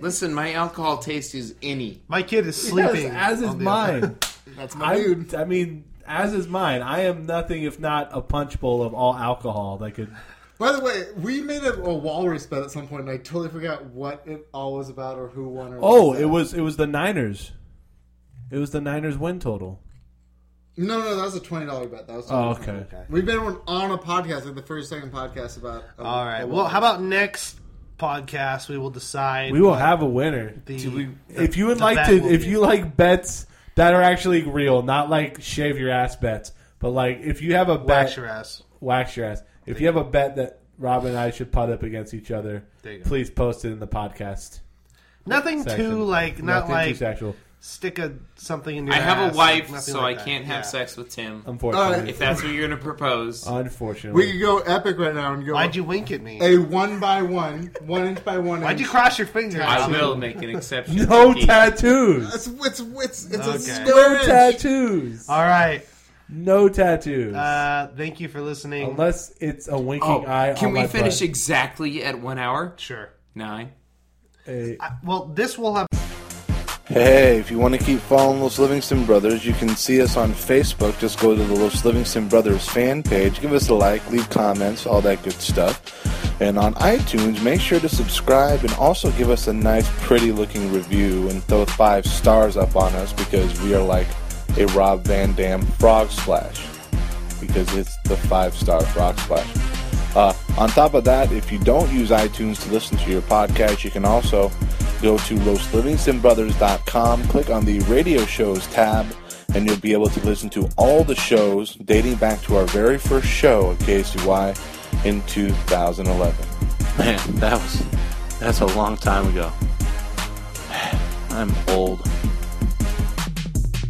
Speaker 10: Listen, my alcohol taste is any.
Speaker 8: My kid is
Speaker 4: Yes, as is mine.
Speaker 9: That's
Speaker 10: my
Speaker 4: I, I mean, as is mine. I am nothing if not a punch bowl of all alcohol that could.
Speaker 9: By the way, we made a, a walrus bet at some point, and I totally forgot what it all was about or who won. Or
Speaker 4: Oh,
Speaker 9: what
Speaker 4: it was it was the Niners. It was the Niners win total.
Speaker 9: no, no, that was a twenty dollar bet. That was
Speaker 4: Oh, okay. Okay.
Speaker 9: We've been on- on a podcast, like the first second podcast about. a-
Speaker 8: All right.
Speaker 9: a
Speaker 8: Well, how
Speaker 9: walrus.
Speaker 8: about next podcast? We will decide.
Speaker 4: We will have a winner.
Speaker 8: The-
Speaker 4: Do we-
Speaker 8: the-
Speaker 4: if you would
Speaker 8: the
Speaker 4: like
Speaker 8: bet
Speaker 4: to,
Speaker 8: will
Speaker 4: if
Speaker 8: be-
Speaker 4: you like bets that are actually real, not like shave your ass bets, but like if you have a bet,
Speaker 8: Wax your ass.
Speaker 4: wax your ass. If you have a bet that Rob and I should put up against each other,
Speaker 8: There you go.
Speaker 4: please post it in the podcast.
Speaker 8: Nothing
Speaker 4: section.
Speaker 8: too like not
Speaker 4: Nothing
Speaker 8: like
Speaker 4: too sexual.
Speaker 8: Stick a something in
Speaker 10: I
Speaker 8: your.
Speaker 10: have
Speaker 8: ass,
Speaker 10: a wife,
Speaker 8: nothing
Speaker 10: so
Speaker 8: like
Speaker 10: I
Speaker 8: that.
Speaker 10: can't have
Speaker 8: Yeah.
Speaker 10: sex with Tim.
Speaker 4: Unfortunately. Alright.
Speaker 10: if that's what you're going to propose,
Speaker 4: Unfortunately,
Speaker 9: We could go epic right now and go.
Speaker 10: Why'd
Speaker 8: you wink at me?
Speaker 9: A one by one, one inch by one.
Speaker 8: Why'd
Speaker 9: inch
Speaker 8: you cross your fingers?
Speaker 10: I will make an exception.
Speaker 4: No
Speaker 10: for Keith.
Speaker 4: tattoos.
Speaker 9: It's it's it's, it's a
Speaker 8: Okay.
Speaker 9: square
Speaker 4: No
Speaker 9: inch.
Speaker 4: tattoos.
Speaker 8: All right.
Speaker 4: No tattoos.
Speaker 8: Uh, thank you for listening.
Speaker 4: Unless it's a winking
Speaker 10: Oh,
Speaker 4: eye.
Speaker 10: can
Speaker 4: on
Speaker 10: we
Speaker 4: my
Speaker 10: finish
Speaker 4: butt.
Speaker 10: exactly at one hour?
Speaker 8: Sure.
Speaker 10: Nine.
Speaker 8: I- well, this will have.
Speaker 5: Hey, if you want to keep following Los Livingston Brothers, you can see us on Facebook. Just go to the Los Livingston Brothers fan page, give us a like, leave comments, all that good stuff. And on iTunes, make sure to subscribe and also give us a nice, pretty looking review and throw five stars up on us because we are like a Rob Van Dam frog splash because it's the five star frog splash. Uh, on top of that, if you don't use iTunes to listen to your podcast, you can also go to loslivingstonbrothers.com, click on the radio shows tab, and you'll be able to listen to all the shows dating back to our very first show at KSUY in 2011. Man, that was that's a long time ago. I'm old.